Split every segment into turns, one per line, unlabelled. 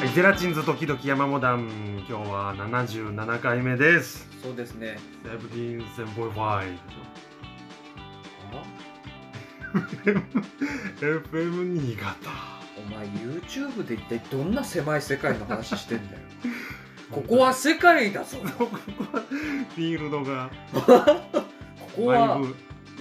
ーゼラチンズ時々山モダン今日は77回目です
そうですね。
セブティーンセンボイファイ FM 新潟
お前 YouTube で一体どんな狭い世界の話してんだよ。 ここは世界だぞ。
ここはフィールドが
ここ
だい
は
ぶ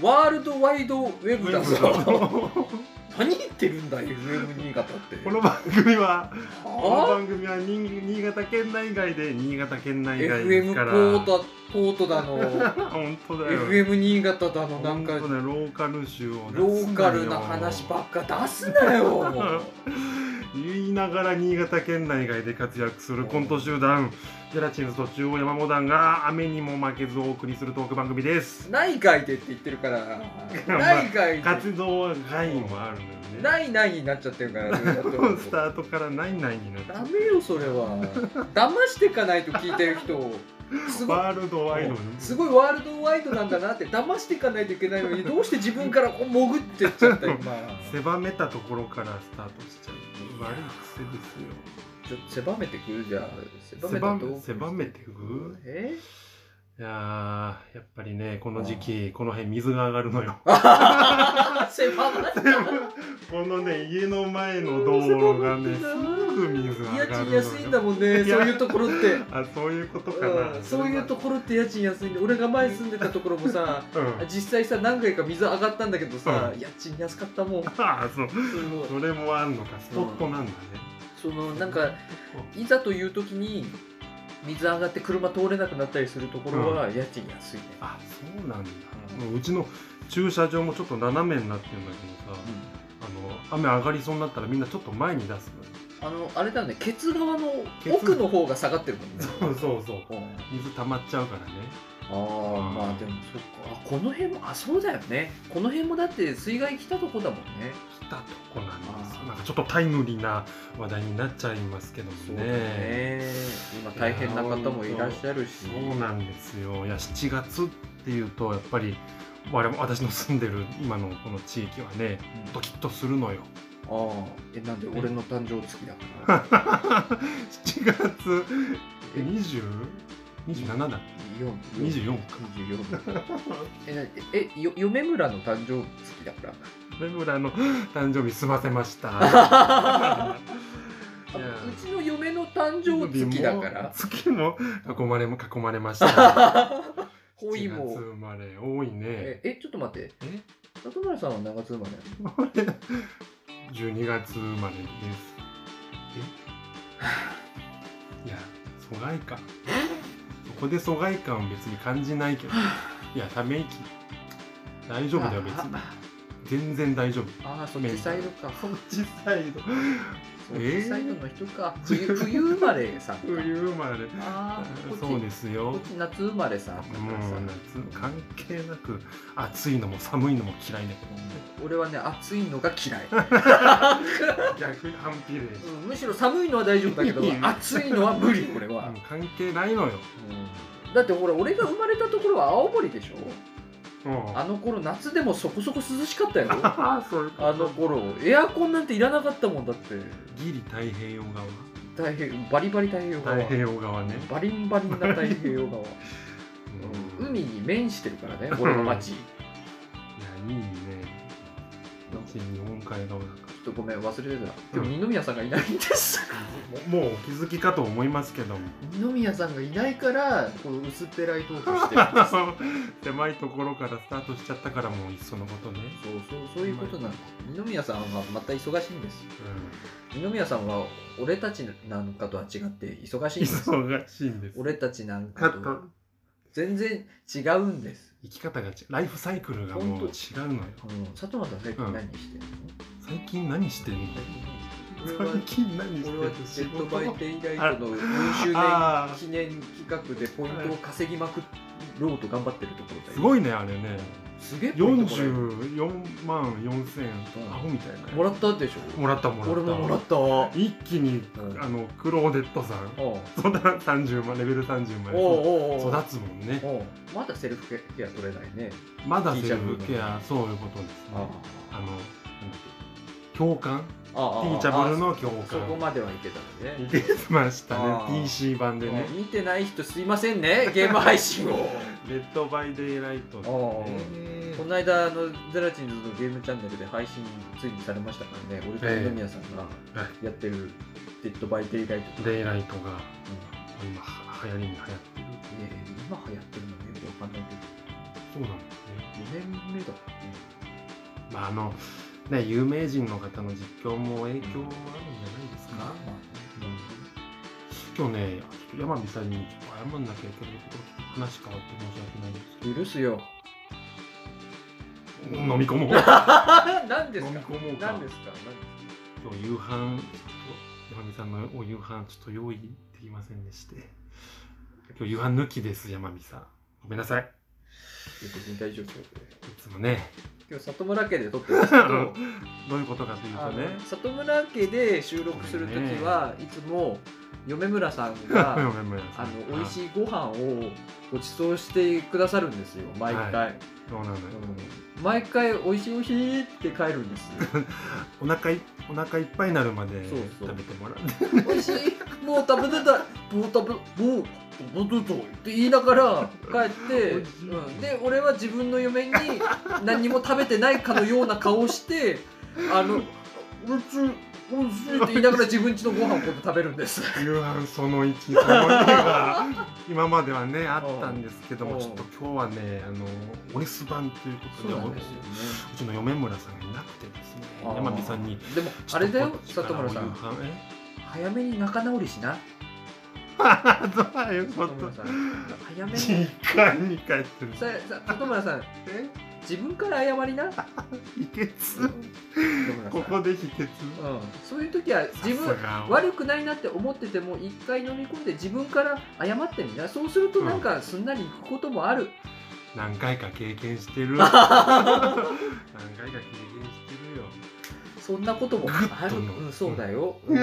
ワールドワイドウェブ だぞ。
こ
何言ってるんだよ、FM 新潟って。
の番組はこの
はあ
番組は新新潟県内外で新潟県内外で
FM
す
ポ
から
ートポー トだの、
本当だよ
FM 新潟だの、なんか
本当だよローカル集を出すな
ロ
よ
ーカルな話ばっか出すな よ。
言いながら新潟県内外で活躍するコント集団ゼラチンズと中央山モダンが雨にも負けずお送りするトーク番組です
内外でって言ってるから、
まあ
内外で。
活動は外もあるのよね
ないないになっちゃってるか ら、
スタートからないないになっちゃ
ダ
う
メよそれは騙してかないと聞いてる人をすごい
ワールドワイドに
すごいワールドワイドなんだなって騙していかないといけないのにどうして自分からこう潜ってっちゃった 今
狭めたところからスタートしちゃう悪い癖ですよ
ちょっと狭めてくるじゃ
狭
ん
め
狭めたトーク
狭めてく
え
いやーやっぱりねこの時期この辺水が上がるのよ
狭め
でも このね家の前の道路がねすぐ水が上が
家
る
賃
のよ
安いんだもんねそういうところって
あそういうことか
う
なん
そういうところって家賃安いんで俺が前住んでたところもさ
うん
実際さ何回か水上がったんだけどさ
う
家賃安かったもんす
ああそう
ごい
それもあんのかスポットなんだね
そのなんかいざという時に水上がって車通れなくなったりするところは家賃安いね、
あそうなんだもううちの駐車場もちょっと斜めになってるんだけどさあの雨上がりそうになったらみんなちょっと前に出すのよ
あのあれだねケツ側の
ケツ
奥の方が下がってるもんね
そうそうそう
うん
水溜まっちゃうからね
ああまあでもそっかあこの辺もあそうだよねこの辺もだって水害来たとこだもんね
来たとこなんです
あー
なんかちょっとタイムリーな話題になっちゃいますけども
そうだ
ね
ね今大変な方もいらっしゃるし
そうなんですよいや7月っていうとやっぱり我々私の住んでる今のこの地域はねドキッとするのよ
うんああえなんで俺の誕生月だ から
7月2027だ24か
24えな えよ嫁村の誕生月だから
梅村の誕生日済ませましたいや
あうちの嫁の誕生月だから
月も囲まれも囲まれました
ほい
7
も
月生まれ多いね
ええちょっと待って
え
里村さんは長月生まれ
12月生まれですえいや疎外感そこで疎外感を別に感じないけどいやため息大丈夫だよ別に
あ
全然大丈夫
ああそっちサイドか
こっちサイド
そっちサイドの人か冬冬生まれさんか
冬生まれ
ああこっち
そうですよ
こっち夏生まれさんだから
も
さ
う夏関係なく暑いのも寒いのも嫌いだ
うん俺はね暑いのが嫌 い、
けど逆に反比例して
うんむしろ寒いのは大丈夫だけど
いいね
暑いのは無理これは
うん、関係ないのよ
うんだってほら俺が生まれたところは青森でしょ
うん
あの頃夏でもそこそこ涼しかったよ
あそういうこと
あの頃エアコンなんていらなかったもんだって
ギリ太平洋側
大変バリバリ太平洋側
太平洋側ね、
バリンバリンな太平洋側
うん
海
いや
に面してるからね俺の町ち
いいね日本海側だか
ょっとごめん忘れてた今日二宮さんがいないんです
らももうお気づきかと思いますけども
二宮さんがいないからこう薄っぺらいトーク してるんですそう
狭いところからスタートしちゃったからもういっそのことね、
そうそういうことなんです二宮さんはまた忙しいんです二宮さんは俺たちなんかとは違って忙しいん です
忙しいんです
俺たちなん
カ
か
ット
と全然違うんです、
生き方が違うライフサイクルがもう違うのよ
うん、佐藤さん最近何してるの、
最近何してんの
俺は
最近何して
俺
ん
は
の
ジェットバイ
仕事
テイライトの4周年記念企画でポイントを稼ぎまくろうと頑張ってるところだよ
すごいねあれね
すげえポイントもらえる
44万4000円アホみたいな
もらったでしょ
もらったもらった
俺ももらったあ
一気に、
うん
あのクローデットさん
あおう
育30万レベル30まで
おうおう
育つもんね
おうまだセルフケア取れないね
まだ
T
セ
シャ
ル
ツ
フケアそういうことですねあ
あ
のなんだっけ共感
あ
テ
あ
ィーチャブルの共
そこ
感
まではいけたのね
出てましたね
あー
PC 版でね
見てない人すいませんねゲーム配信を
レッドバイデイライトってね
この間あのゼラチンズのゲームチャンネルで配信ついにされましたからね俺と二宮さんが
は
やってる「デッド・バイ・デイ・ライト」とか、
デイライトが
うん
今は流行りに流行ってる
ね今流行ってるのねよくわかんないけど
そうなんですね
2年目だって
まああのね有名人の方の実況も影響あるんじゃないですか、今日ねちょっと山美さんにちょっと謝んなきゃいけないこと話変わって申し訳ないんです
許すよ
けど飲み込もう
何です
飲み
か
込もうか
何ですか
今日夕飯ちょっと山美さんのお夕飯ちょっと用意できませんでして今日夕飯抜きです山美さんごめんなさい
別に大丈夫よ
いつもね
今日里村家で撮って るんですけど
どういうことかという
あ
と
の
ね
里村家で収録するときはいつも嫁村さん が
ごめんごめん
あの美味しいご飯をご馳走してくださるんですよ毎回、
はそうなのよ、
うん毎回美味しい美味しいって帰るんですよ
お腹いお腹いっぱいになるまで
そうそう
食べてもらう
美味しいもう食べてたいもう食べもう食べてたいって言いながら帰 って、
美味しい
うん、で俺は自分の嫁に何も食べてないかのような顔してあの「おいしいおいしい」って言いながら自分家のご飯をこう食べるんです
夕飯その1その2が今まではねあったんですけど
う
も
ん
ちょっと今日はねあのお留守番ということでおう
ね
ちの嫁村さんがいなくてですね山美さんに
でも
ちょっと
あれだよ
こっちから
里村さん
お 夕飯
早めに仲直りしな
えどういうこ
里
と
村さん早めに
実家に帰ってる
ささ里村さん自分から謝りな里
秘
村
訣
さん
ここで秘訣
うん、そういう時は自分
悪
悪くないなって思ってても一回飲み込んで自分から謝ってみなそうするとなんかすんなりいくこともある、
何回か経験してる何回か経験してるよ
そんなこともある、
グッとの
うん、そうだよ、うん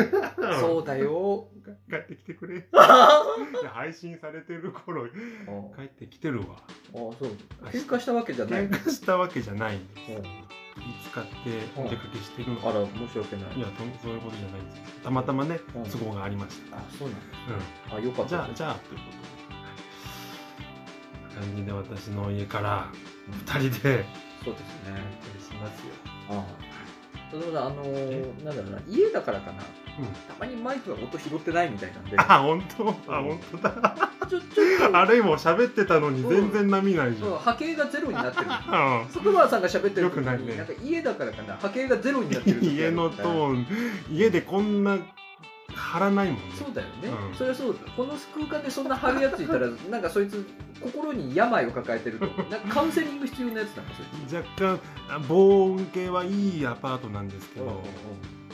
そうだ よ
帰ってきてくれ
あ
いや配信されてる頃帰ってきてるわ
そう喧嘩したわけじゃない、
喧
うん、
嘩したわけじゃないんです
あ
気使ってお出かけしてるの
ら申し訳ない
いやとそういうことじゃないんですたまたまね
うん
都合がありまし
あそうなん
た、う
だあよかっ
ん、
た
じゃあじゃあということではい感じで私の家から2人で
そうです
お
ね
送りしますよ、
ああそうだあのー、なんだろうな家だからかな
うん、
たまにマイクが音拾ってないみたいなんで
あ本当あ本当だ
ちょちょっと
あれも喋ってたのに全然波ないじ
そう波形がゼロになってる
ゃん、うん
外村さんが喋ってる時
よく
に
な
ない
ね
んか家だからかな波形がゼロになってる時ある
家のトーン家でこんな張らないもんね
そうだよね、
うん
それはそうだこの空間でそんな張るやついたらなんかそいつ心に病を抱えてると思うなんかカウンセリング必要なやつなん かそれ
若干あ防音系はいいアパートなんですけど、
うんうんうん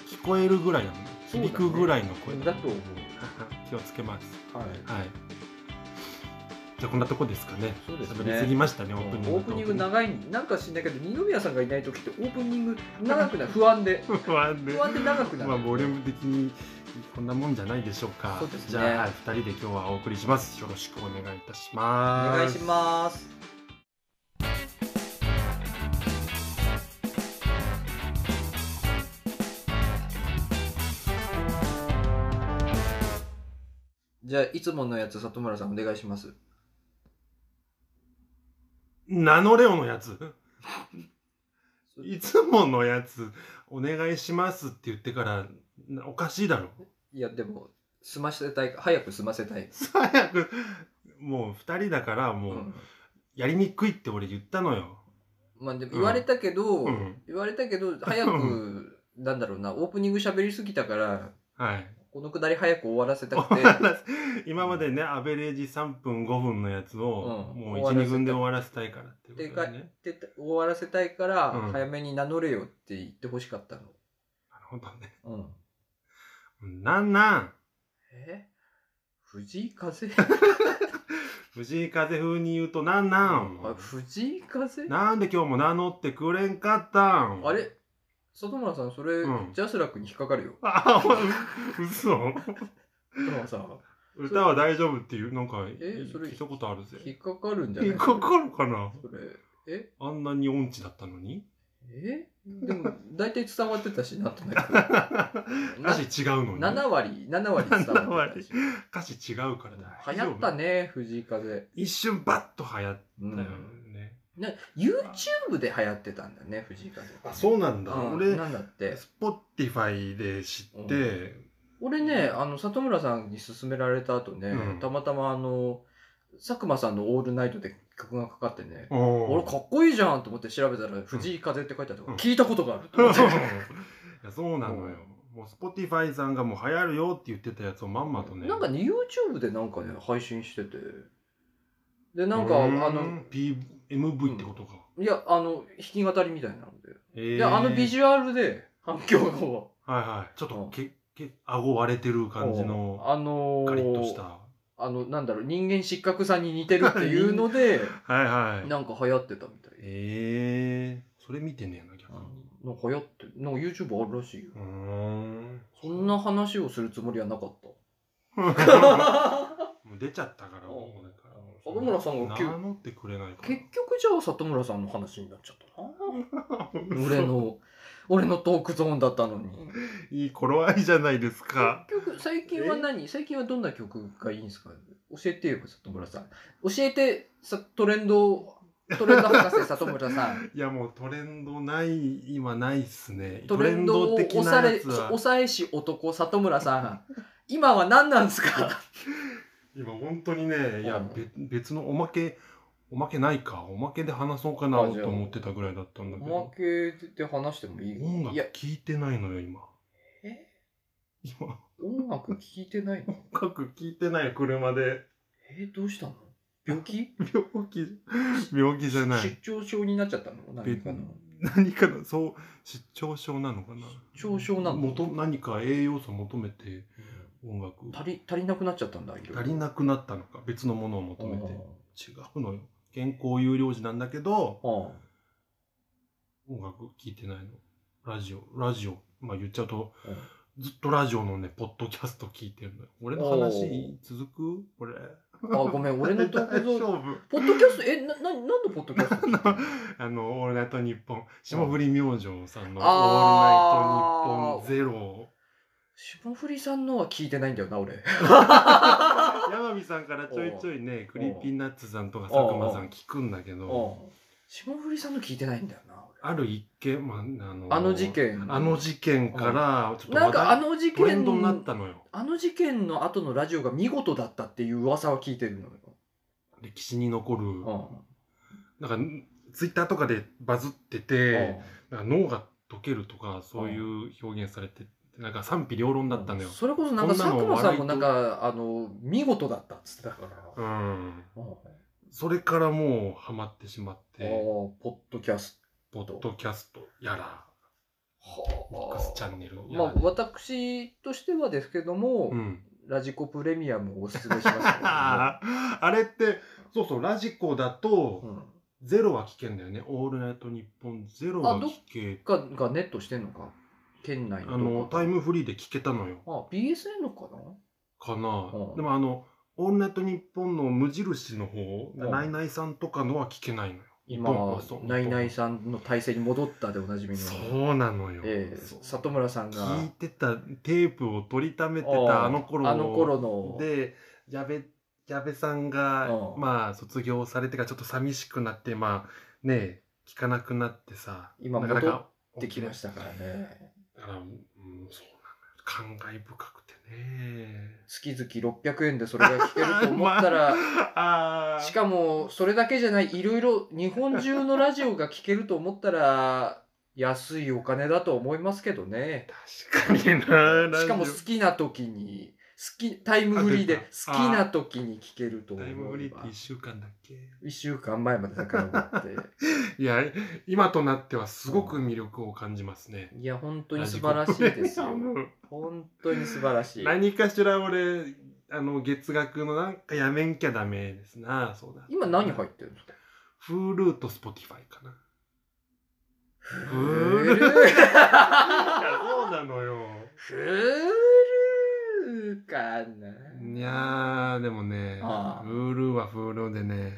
聞こえるぐらいなの
そう
響
だね
くぐらいの声
だと思
気をつけます
うはい
はいじゃあこんなとこですかね
そうですね
喋りすぎましたねオープニング
オープニング長いなんか知んないけど二宮さんがいない時ってオープニング長くない不安で
不安で
不安で長くなる
まあボリューム的にこんなもんじゃないでしょうか
そうですね
じゃあ、はい、2人で今日はお送りしますよろしくお願いいたし
お
ます
願いしますじゃあいつものやつ里村さんお願いします
ナノレオのやついつものやつお願いしますって言ってからなおかしいだろ
いやでも済ませたい早く済ませたい、
早くもう2人だからもう、
うん
やりにくいって俺言ったのよ、
まあでも言われたけど、
うん、
言われたけ ど早くなんだろうなオープニング喋りすぎたから
はい
このくだり早く終わらせたくて
今までねアベレージ3分5分のやつを、
うん
もう
終わらせ
12
た
分で終わらせたいからっていうことでね
で終わらせたいから
うん
早めに名乗れよって言ってほしかったの、
なるほどね
うん、
なんなん
え藤井風
藤井風風に言うとなんなん、
あ藤井風
なんで今日も名乗ってくれんかったん
あれ里村さんそれ、
うん
ジャスラックに引っか かるよ
あう嘘
里村さん
歌は大丈夫っていうなんか
えそれ
聞いたことあるぜ
引っかかるんじゃない
引っかかるかな
それえ
あんなに音痴だったのに
えでも大体伝わってたし、なんとなく。 な
歌詞違うのに
7割、7割伝わってたし。
歌詞違うからだ
流行ったね、藤井風。
一瞬バッと流行っ
う
たよね、
ん。ね、YouTube で流行ってたんだね、藤井風。
あそうなんだ、
うん
俺
なんだって。
スポティファイで知って、
俺ね、あの、里村さんに勧められた後ね、
うん
たまたまあの、佐久間さんのオールナイトで曲がかかってね、
お
俺
ー
かっこいいじ ゃんと思って調べたら、藤井風って書いてあった
う
から、
ん
聞いたことがあると
う
思
ん
っ
い
て。
やそうなのよもうスポティファイさんがもう流行るよって言ってたやつをまんまとね
なんかね、YouTube でなんかね、配信してて。で、なんか、
う
あ
ーん
の、
P MV ってことか、
いや、あの、弾き語りみたいなので。
え
で、
ー
あのビジュアルで反響がこ
はいはいちょっ
う
と
ん
けけ顎割れてる
う
感じの
あのー
カリッとしたは
あの、なんだろう、人間失格さんに似てるっていうので、
い はい
なんか流行ってたみたい。
ええー、それ見てねえな逆に
なんか流行って、なんか YouTube あるらしいよ。
うーん
そんな話をするつもりはなかっ
も
た。
う出ちゃったからもうだから
里村さんが急
名乗ってくれないから
結局じゃあ里村さんの話になっちゃったな。 俺
嘘
の、俺のトークゾーンだったのに。
いい頃合いじゃないですか
結局、最近は何最近はどんな曲がいいんですか教えてよ、里村さん。教えて、さトレンド、トレンド博士、里村さん。
いやもうトレンドない今ないっすね
トレンドを
トレン的
抑
な
え、
やつは
抑えし男、里村さん。今は何なんですか
今本当にねいや
うん
べ別のおまけおまけないかおまけで話そうかな
あじゃあ
と思ってたぐらいだったんだけ
おま
ど
けで話してもいい
音
いや
楽、聞いてないのよ今
え
今
音楽聞いてないの
音楽聞いてない車で
えどうしたの 病気
病気病気じゃない
出張症になっちゃったの何かの
何かのそう失調症なのかな
失調症なの
元何か栄養素求めて音楽
足り足りなくなっちゃったんだ
足りなくなったのか別のものを求
く
めて違うのよ健康有料児なんだけど音楽聴いてないのラジオラジオまあ言っちゃうと、ずっとラジオのねポッドキャスト聞いてるのよ俺の
お
話
ー
続くこれ
あごめん俺のトークゾ
大
ーン
丈夫
ポッドキャストえなななんのポッドキャスト
あの「オールナイトニッポン」霜降り明星さんの「オ
あー
ールナイトニッポンゼ ロ
霜降りさんのは聞いてないんだよな俺
山美さんからちょいちょいねクリーピーナッツさんとか
お
佐久間さん聞くんだけど
うん霜降りさんの聞いてないんだよな俺
ある一件、まあ、あの
あの事件
あの事件からちょっと
なん
話
かあ
題
の事
トレン
件
ドになったのよ
あの事件の後のラジオが見事だったっていう噂は聞いてるのよ。
歴史に残る
う
なんかツイッターとかでバズっててなんか脳が溶けるとかそういう表現されてなんか賛否両論だったのよ
それこそなんか
こんな
佐
の
久間さんも
笑いと
なんか、あの、見事だったっつってたから。
うん
うんあ
それからもうハマってしまっ
あ
て
ポッドキャス
ポッドキャストやらミッ
ト。
クスチャンネルや
ま
ら
あ、私としてはですけども、
うん
ラジコプレミアムをおすすめしますけど
あれってそうそうラジコだと
も、
ゼロは聞けんだよね「オールナイトニッポン」ゼロは聞け
うん、ががネットしてんのか県内
あ
の
のタイ
ム
ムフリーで聞けたのよ
あ BSN かな
かな、
うん
でもあの「オールナイトニッポン」の無印の方、
うん
ナイナイさんとかのは聞けないのよ日本
今
放送
ナイナイさんの体制に戻ったでおなじみの
そうなのよ、
ええ
そう
里村さんが
聞いてたテープを取りためて
あ
たあの頃
あの頃の
で矢部矢部さんが、
うん
まあ卒業されてからちょっと寂しくなってまあねえ聞かなくなってさ
今
なかなか
できましたからね
だから、うん、そうなのよ感慨深くてね
月々600円でそれが聞けると思っ たら
あ
しかもそれだけじゃないいろいろ日本中のラジオが聞けると思ったら安いお金だと思いますけどね
確かにな
しかも好きな時に好きタイムフリーで
あ出た
好きな時に聞けると思
タイムフリ
え
ーっ
ば
て1週間だっけ
1週間前まで 遡って。
いや今となってはすごく魅力を感じますね、
いや、本当に素晴らしいで すよ。本当に素晴らしい。
何かしら俺あの月額のなんかやめんきゃダメですなそうだ
今何入ってるんですか
Hulu と Spotify かな
フ
フ
ル
ルいやそうなのよ
フルかない
いやーでもね
ああ
Hulu は Hulu でね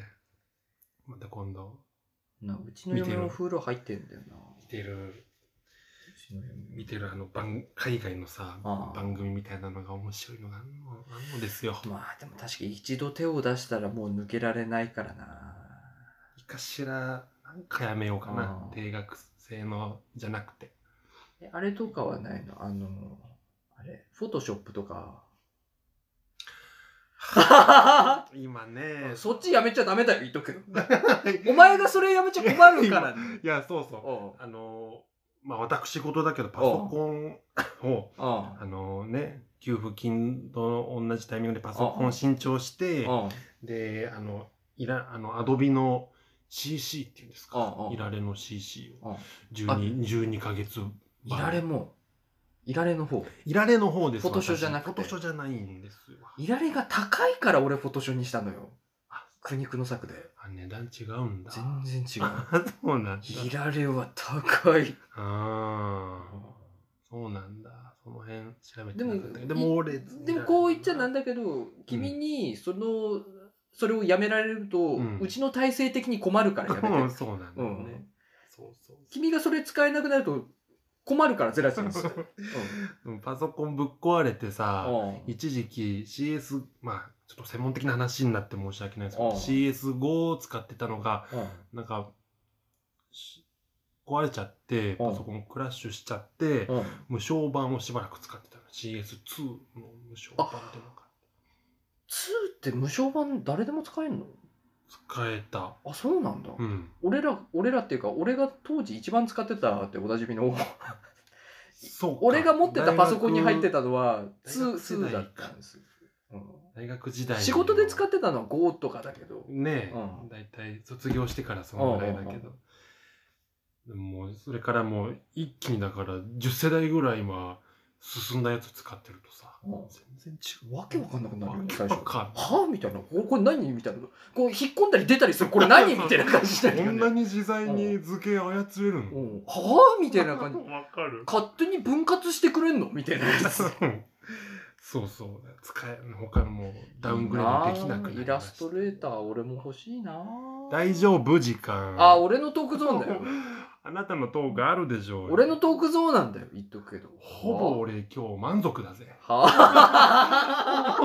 また今度
なうちの嫁もフル入ってんだよな。
見てる
しの嫁
見てるあの番海外のさ
ああ
番組みたいなのが面白いのがあるのあるのですよ。
まあでも確かに一度手を出したらもう抜けられないからない
かしらなんかやめようかな
ああ
定額制のじゃなくて
えあれとかはないのあのあれフォトショップ とか
今ね
そっちやめちゃダメだよ言っとくけどお前がそれやめちゃ困るからね
いやそうそう
おう
あのまあ私事だけどパソコンを
お
あのね給付金と同じタイミングでパソコンを新調して
うおう
であのいらあのアドビの CC っていうんです
あ
か
あ
いられの CC
あ
を
あ
12, 12ヶ月
いられもいられの方
いられの方です
フォトショーじゃなくて
私フォトショーじゃないんですよ
いられが高いから俺フォトショーにしたのよ
あ
苦肉の策で
あ値段違うんだ
全然違う
あそうなんだ
いられは高 い
ああそうなんだその辺調べて
でも
なかったけどでも俺
でもこう言っちゃなん
だ
だけど君にそのそれをやめられると、う
うん
ちの体制的に困るからやめて、
うんそうなんだ
う
よ
ん
ねそうそう
君がそれ使えなくなると困るからゼラチ ンです、
うん パソコンぶっ壊れてさ
う
一時期 CS まあちょっと専門的な話になって申し訳ないですけ
う
ど
ん
CS5 を使ってたのがなんかし壊れちゃって
うん
パソコンクラッシュしちゃって
んうん
無償版をしばらく使ってたの CS2 の無償版ってなんか
2って無償版誰でも使えるの
使えた
あそうなんだ、
うん
俺ら俺らっていうか俺が当時一番使ってたっておなじみの
そうか
俺が持ってたパソコンに入ってたの
大
は
学世
2,
代
だったんです、うん
大学時代
仕事で使
っ
ってたのは5とかだけど
ねえ、
うん
大体卒業してからそのぐらいだけど、でももうそれからもう一気にだから10世代ぐらい今進んだやつ使ってるとさ
うん
全然違
わけわかんなくなるよね
わけ
最
わ
初
かんない
はあみたいなこれこれ何みたいなこう引っ込んだり出たりするこれ何みたいな感じだ
こ
よ
んな
ね
に自在に図形操れるの、
うんはあみたいな感じ
わかる
勝手に分割してくれんのみたいなやつ
うんそうそう使え他のもうダウングレードできなくなりました
イラストレーター俺も欲しいな
大丈夫時間
あ俺のトークゾーンだよ
あなたのトークあるでしょうよ
俺のトークゾーンなんだよ言っとくけど
ほぼ俺今日満足だぜ
はあ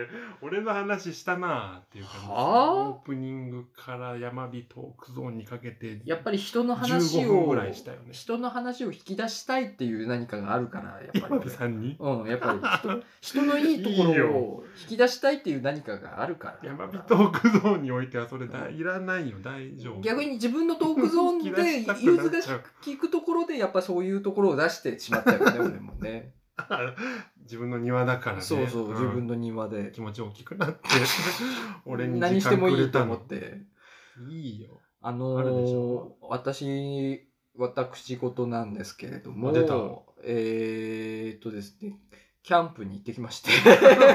俺俺の話したなあっていう感じです
はあ
オープニングから山火トークゾーンにかけて
やっぱり人の話
15分
を
ぐらいしたよね
人の話を引き出したいっていう何かがあるからやっぱり
山
ね
火さんに
うん、やっぱり 人人のいいとこ
いい
ろ
よ
を引き出したいっていう何かがあるから
山火トークゾーンにおいてはそれだいらないよ大丈夫
逆に自分のトークゾーン
引き出
で
したくな
融通
っ
が
ちゃう
聞くところでやっぱそういうところを出してしまったよね俺もね
自分の庭だからね
そうそ
ん
う、自分の庭で
気持ち大きくなって 俺に
何
時
して
間
も
く
い
れ
いと
た
思っ
の
て
いいよ
あ
あるでし
の
ょ
ー、私私事なんですけれども
あ出た
えー、っとですねキャンプに行ってき まして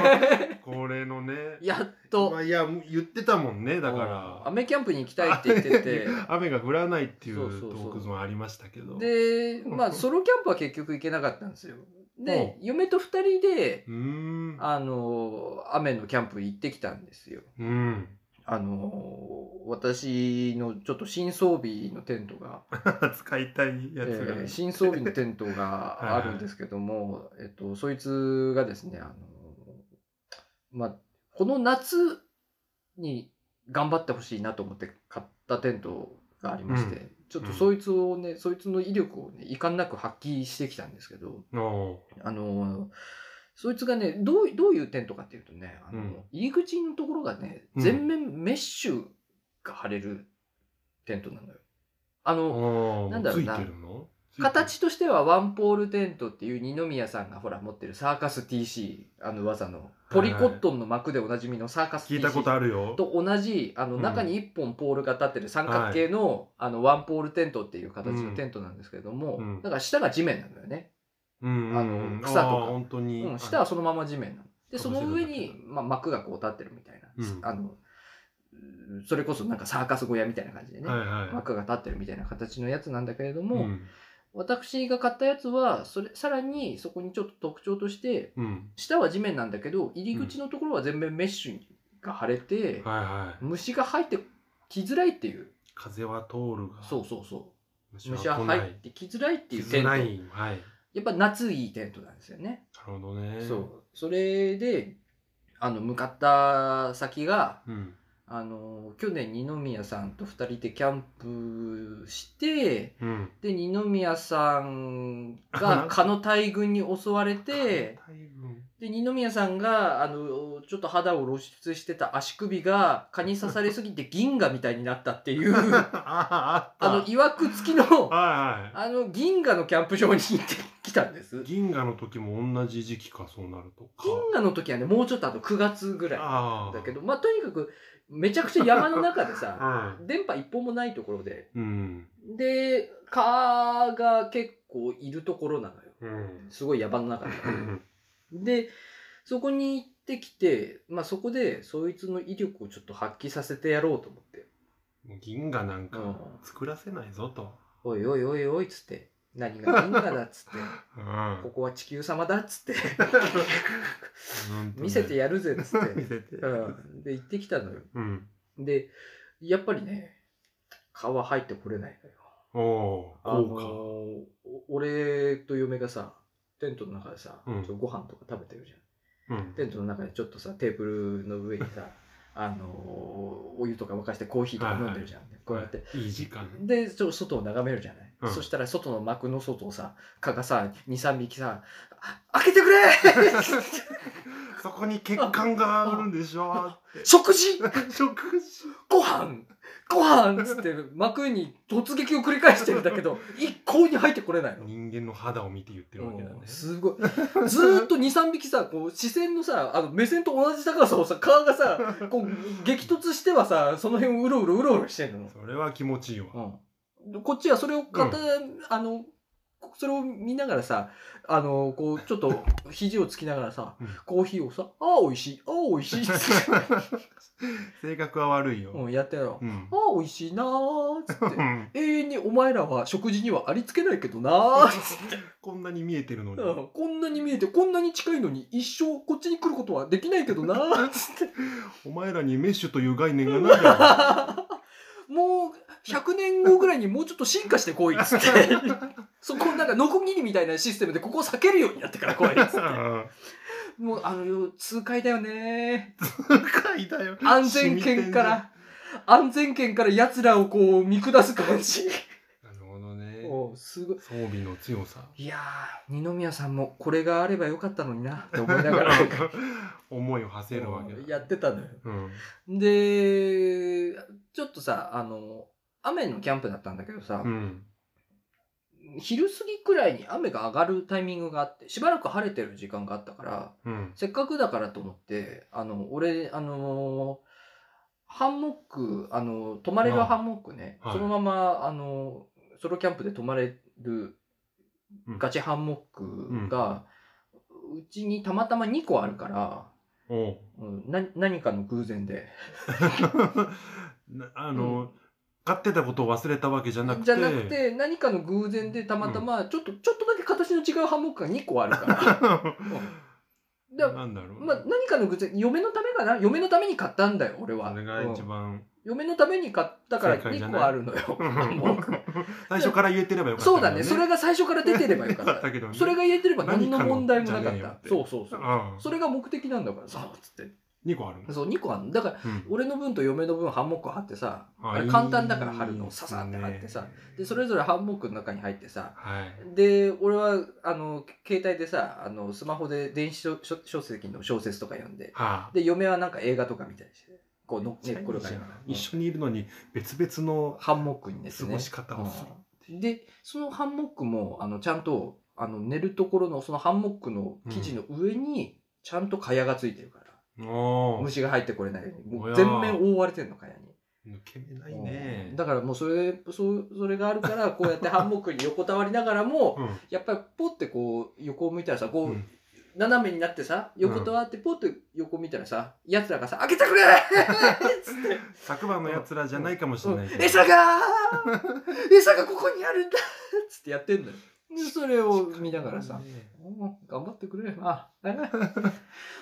これのね
やっと
まあいやもう言ってたもんねだから
雨キャンプに行きたいって言って て
雨が降らないっていうト
そうそうそう
ークゾーンありましたけど
で、まあ、ソロキャンプは結局行けなかったんですよ。で、嫁と二人で、
うーん
あの、雨のキャンプ行ってきたんですよ。
うん
あの、私のちょっと新装備のテントが、
使いたいやつが、
えー新装備のテント があるんですけども、えっと、そいつがですね、あの、まあ、この夏に頑張ってほしいなと思って買ったテントがありまして、ちょっとそいつをね、そいつの威力をね、遺憾なく発揮してきたんですけど、
おう
あのーそいつがねどうどういうテントかっていうとねあの、
うん
入り口のところがね
うん
全面メッシュが張れるテントなのよ。あの
おう
なんだろうな
ついてるの
形としてはワンポールテントっていう二宮さんがほら持ってるサーカス TC あの技のポリコットンの膜でおなじみのサーカス
聞いたこと
TC
あるよ
と同じあの
うん
中に一本ポールが立ってる三角形の,、あのワンポールテントっていう形のテントなんですけれども、
うん
だから下が地面なんだよね。
うんうんうん
あの草とか
あー本当に、
うん、下はそのまま地面なの。で、
か
そ
ぶせ
の
る
上
だけだ
に、まあ、幕がこう立ってるみたいな。
うん
あの、うんそれこそなんかサーカス小屋みたいな感じでね。
はいはい
幕が立ってるみたいな形のやつなんだけれども、
ん
私が買ったやつは、それ、さらにそこにちょっと特徴として、
うん、
下は地面なんだけど、入り口のところは全面メッシュが腫れて、
はいはい
虫が入ってきづらいっていう。
風は通るが
そうそうそ虫は入ってきづらいっていうテン
な
ト
い。はい。
やっぱ夏いいテントなんですよね、
なるほどね。
そうそれであの向かった先が
う。うん。
あの去年二宮さんと2人でキャンプして
うん。
で二宮さん
あ
が蚊の大群に襲われて
大分。
で二宮さんがあのちょっと肌を露出してた足首が蚊に刺されすぎて銀河みたいになったっていうあ
あ、あ
の
っ
いわくつきの
た。はいは
あの銀河のキャンプ場に行ってきたんです
い。銀河の時も同じ時期か、そうなると。か
銀河の時はねもうちょっとあと9月ぐらい
ああ。
だけどまあとにかくめちゃくちゃ山の中で さ
う
電波一本もないところで
ん。うん。
で蚊が結構いるところなのよ
うん。
すごい山の中で。でそこに行ってきて、まあ、そこでそいつの威力をちょっと発揮させてやろうと思って
もう銀河なん
うん
か作らせないぞと。
「おいおいおいおい」っつって「何が銀河だ」っつって
う
「こ
ん。
こは地球様だ」っつ って
本
「
当ね
見せてやるぜ」っつっ
見せ
て、
て。
うん、で行ってきたのよ
うん。
でやっぱりね蚊は入ってこれないのよ
おお
あの
ー。
ーお俺と嫁がさテントの中でさ、
うん
ちょっとご飯とか食べてるじゃん
効果。うん。
テントの中でちょっとさテーブルの上に さあのーお湯とか沸かしてコーヒーとか飲んでるじゃん、こうやって
いい時 間。
でちょっと外を眺めるじゃない、
うん
そしたら外の幕の外をさ蚊がさ23匹さ「あ開けてくれ
そこに血管があるんでしょ
食事
食事
ご飯ご飯!」っつって幕に突撃を繰り返してるんだけど一向に入ってこれない の。
人間の肌を見て言ってるわけだね
うんすごい。ずーっと2、3匹さ、こう、視線のさ、あの、目線と同じ高さをさ、顔がさ、こう、激突してはさ、その辺をうろうろうろうろしてんの。
それは気持ちいいわ
うんで。こっちはそれを片、あの、それを見ながらさ、あの、こう、ちょっと、肘をつきながらさ
うん、
コーヒーをさ、ああ、美味しい、ああ、美味しいっ つって、
性格は悪いよ
うん、やってんの。
うん
ああ、美味しいなーっつって
う。ん
永遠にお前らは食事にはありつけないけどなーっつって。
こんなに見えてるのに
うんこんなに見えてこんなに近いのに一生こっちに来ることはできないけどなつって
お前らにメッシュという概念がないだ
もう100年後ぐらいにもうちょっと進化してこい っつってそこをなんかノコギリみたいなシステムでここを避けるようになってから来いっつって
ろ
もうあの痛快だ よね
深いだよ
安全圏から安全圏から奴らをこう見下す感じ
なるほどね
おうすごい
装備の強さ
いやー二宮さんもこれがあればよかったのになって思い ながら
思いを馳せるわけだ
やってたのよ
うん
で、ちょっとさ、あの、雨のキャンプだったんだけどさ、
うん
昼過ぎくらいに雨が上がるタイミングがあって、しばらく晴れてる時間があったから、
うん
せっかくだからと思って、あの、俺、あのハンモック、あの、泊まれるハンモックね、
はい
そのまま、あの、ソロキャンプで泊まれる
うん
ガチハンモックが、うちにたまたま2個あるから、
おう
うん、な何かの偶然で。
なあの買ってたことを忘れたわけじゃなくて
じゃなく て何かの偶然でたまたまちょっと、ちょっとだけ形の違うハンモックが2個あるから だから
なんだろう
まあ、何かの偶然嫁のためかな嫁のために買ったんだよ俺は
それが一
うん
番
嫁のために買ったから
正解じゃ
2
ない
個あるのよ ハンモック
最初から言えてればよかった
そ
ん
うだねそれが最初から出てればよかっ た
けどね
それが言えてれば何
何
の
かの
問題もな
じゃ
か
ね
っ
えよったて
そうそうそう
ああ
それが目的なんだからさつって
2個あるの
そう2個あるのだから
うん
俺の分と嫁の分ハンモックを貼ってさ
あ
あれ
いい
簡単だから貼るのをささって貼ってさ
ですね
でそれぞれハンモックの中に入ってさ
はい
で俺はあの携帯でさあのスマホで電子書書小説の小説とか読んで
はあ
で嫁はなんか映画とか見たりしてこうの
めっ
寝
ち
っ
ゃいい
転が
じ
り
ゃ
なんがら
一緒にいるのに別々の
ハンモックにです
過
ね
ごし方をする
うんでそのハンモックもあのちゃんとあの寝るところのそのハンモックの生地の上にちゃんと蚊帳がついてるから、
おー
虫が入ってこれないようにも
お
う
や
全面覆われてるの蚊帳に。
抜け目ないね
うんだからもうそれそうそれがあるからこうやってハンモックに横たわりながらも、
うん
やっぱりポッてこう横を向いたらさこう、
うん
斜めになってさ横たわってポッて横見たらさ、やつらがさ「開けてくれ!」 つって
昨晩のやつらじゃないかもしれないけ
「
ど
餌が 餌がここにあるんだ!」つってやってんのよ。でそれを見ながらさ
ね
「おう頑張ってくれあ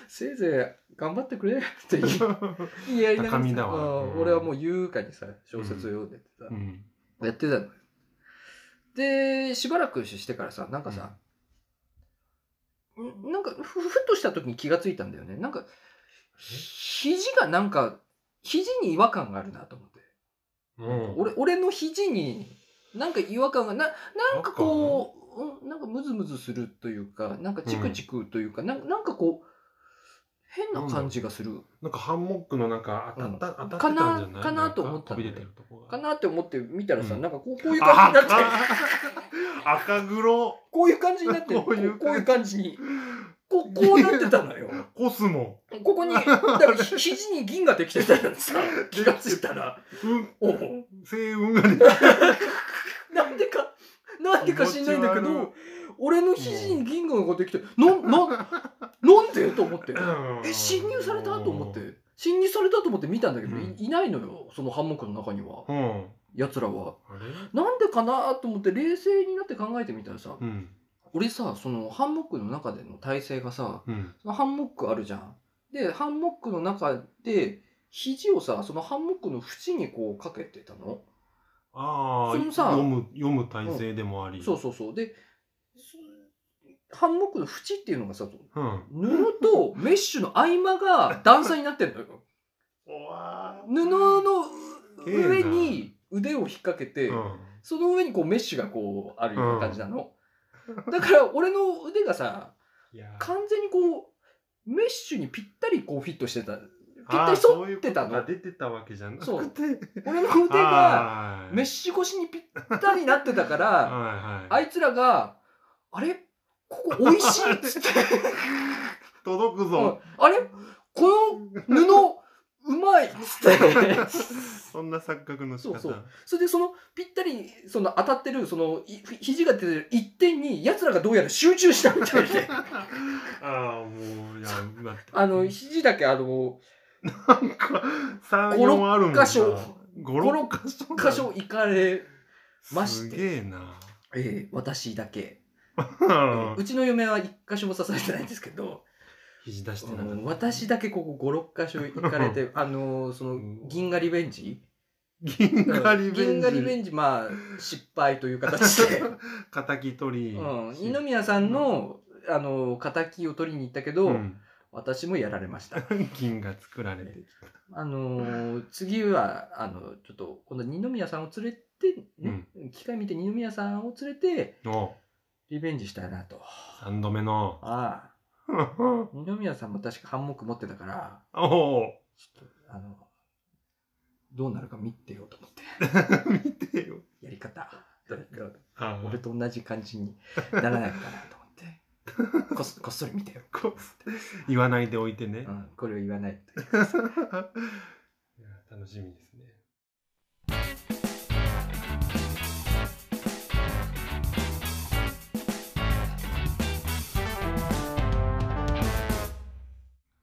せいぜい頑張ってくれ」って言い 言い合いなが
高
ら
みだ
さ
わ
う
うん
ん俺はもう優雅にさ小説を読んでてさ、
うん
やってたのよで、しばらくしてからさ、なんかさ、んなんかふ、ふっとした時に気がついたんだよね。なんか、肘がなんか、肘に違和感があるなと思って。
うん
俺、俺の肘に、なんか違和感が、な、なんかこう、うんなんかムズムズするというか、なんかチクチクというか、なん、なんかこう、変な感じがする
なんかハンモックの中当たった、
うん
当たってたんじゃない
かな
なん
と思った
飛
んだ
び
よ
出てるとこが。
かなって思って見たらさ、
うん
なんかこうこういう感じになって、
赤赤黒
こういう感じに なって、こ
こ
う
う
い
いうう
感じに、こう、こうなってた のよ。
コスモ
ここに、だからひ肘に銀ができてたやつ さ、気がついたら、
うん
おう
星雲が出てる
なんでか、なんでか知んないんだけ
気持ち
ど、俺の肘に銀河ができて、な、な、なんでと思って。え、侵入されたと思っ。て。侵入されたと思って見たんだけど、いいないのよ、そのハンモックの中には、
うん。
奴らは。
あれ
なんでかなと思って冷静になって考えてみたらさ、
うん。
俺さ、そのハンモックの中での体勢がさ、
うん。
そのハンモックあるじゃん。で、ハンモックの中で、肘をさ、そのハンモックの縁にこうかけてたの。
ああ、
そのさ
読む、読む体勢でもあり。
そうそうそう。で、そハンモックの縁っていうのがさ、
う。うん。
布とメッシュの合間が段差になってんのよ。布の
すげえな
上に腕を引っ掛けて、
うん。
その上にこうメッシュがこうあるような感じなの。だから俺の腕がさ、
いやー
完全にこう、メッシュにぴったりこうフィットしてた。ぴっ
あー
たり
そ
沿
うい
っ
う
て
こ
た
と
の
が。出てたわけじゃなくて。
そう
腕
俺の腕がメッ
シ
シュ越しにぴったりなってたから、
はい
あ
はい。
いつらが、あれここ美味しいっつって、
届く
うん
ぞ。
あれこの布、うまいっつって。
そんな錯覚の仕方。
そうそうそれでそのぴったりその当たってるそのいひ肘が出てる一点に奴らがどうやら集中したみたい で
ああ、もう、いや、だって。
あの肘だけあの
なんか、3、4あるもん
5 6箇所
5、6箇所。
箇所行かれ、まして
すげえな。
ええ私だけ、
うん
うちの嫁は一箇所も刺されてないんですけど
肘出してなかっ
うん
た。
私だけここ56箇所行かれてあのーその
ん
銀河リベンジ
銀河リベンジ。
銀河リベンジまあ失敗という形 で、
敵取り。
うん、二宮さんの、あのー敵を取りに行ったけど、
うん
私もやられました
銀が作られてき
あのー次はあのちょっと今度二宮さんを連れて、ね機会見て二宮さんを連れて
た。お
リベンジしたいなと
三度目 の。
ああ
お
二宮さんも確かハンモック持ってたから
お
ちょっとあのどうなるか見てよと思 っ て
見てよ。
やり方
あ
俺と同じ感じにならないかなと思ってこっこっそり見てよ、
こ言わないで おいてね
う。ん、これを言わないと
いや楽しみですね。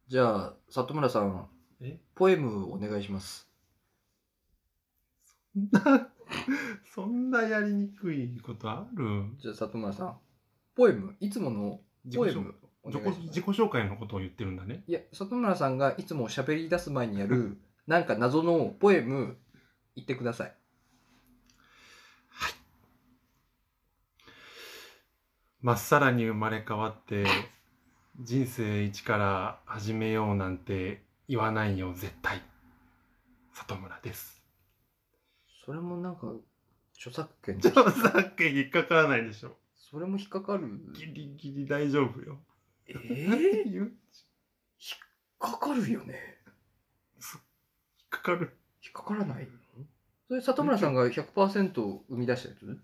じゃあ里村さん
え
ポエムお願いします
そんなやりにくいことある
じゃあ里村さんポエムいつもの
自己
ポエ
紹
ムお
自
願
己
いします
自己紹介のことを言ってるんだね。
いや里村さんがいつも喋り出す前にやるなんか謎のポエム言ってください
まっさらに生まれ変わって、人生一から始めようなんて言わないよ、絶対。里村です。
それもなんか著作権
著作権引っかからないでしょ。
それも引っかかる
ギリギリ大丈夫よ。
え
え
ー、引っ
言う引っ
かかるよね
かかる。
引っかからないそれ里村さんが100%生み出したやつう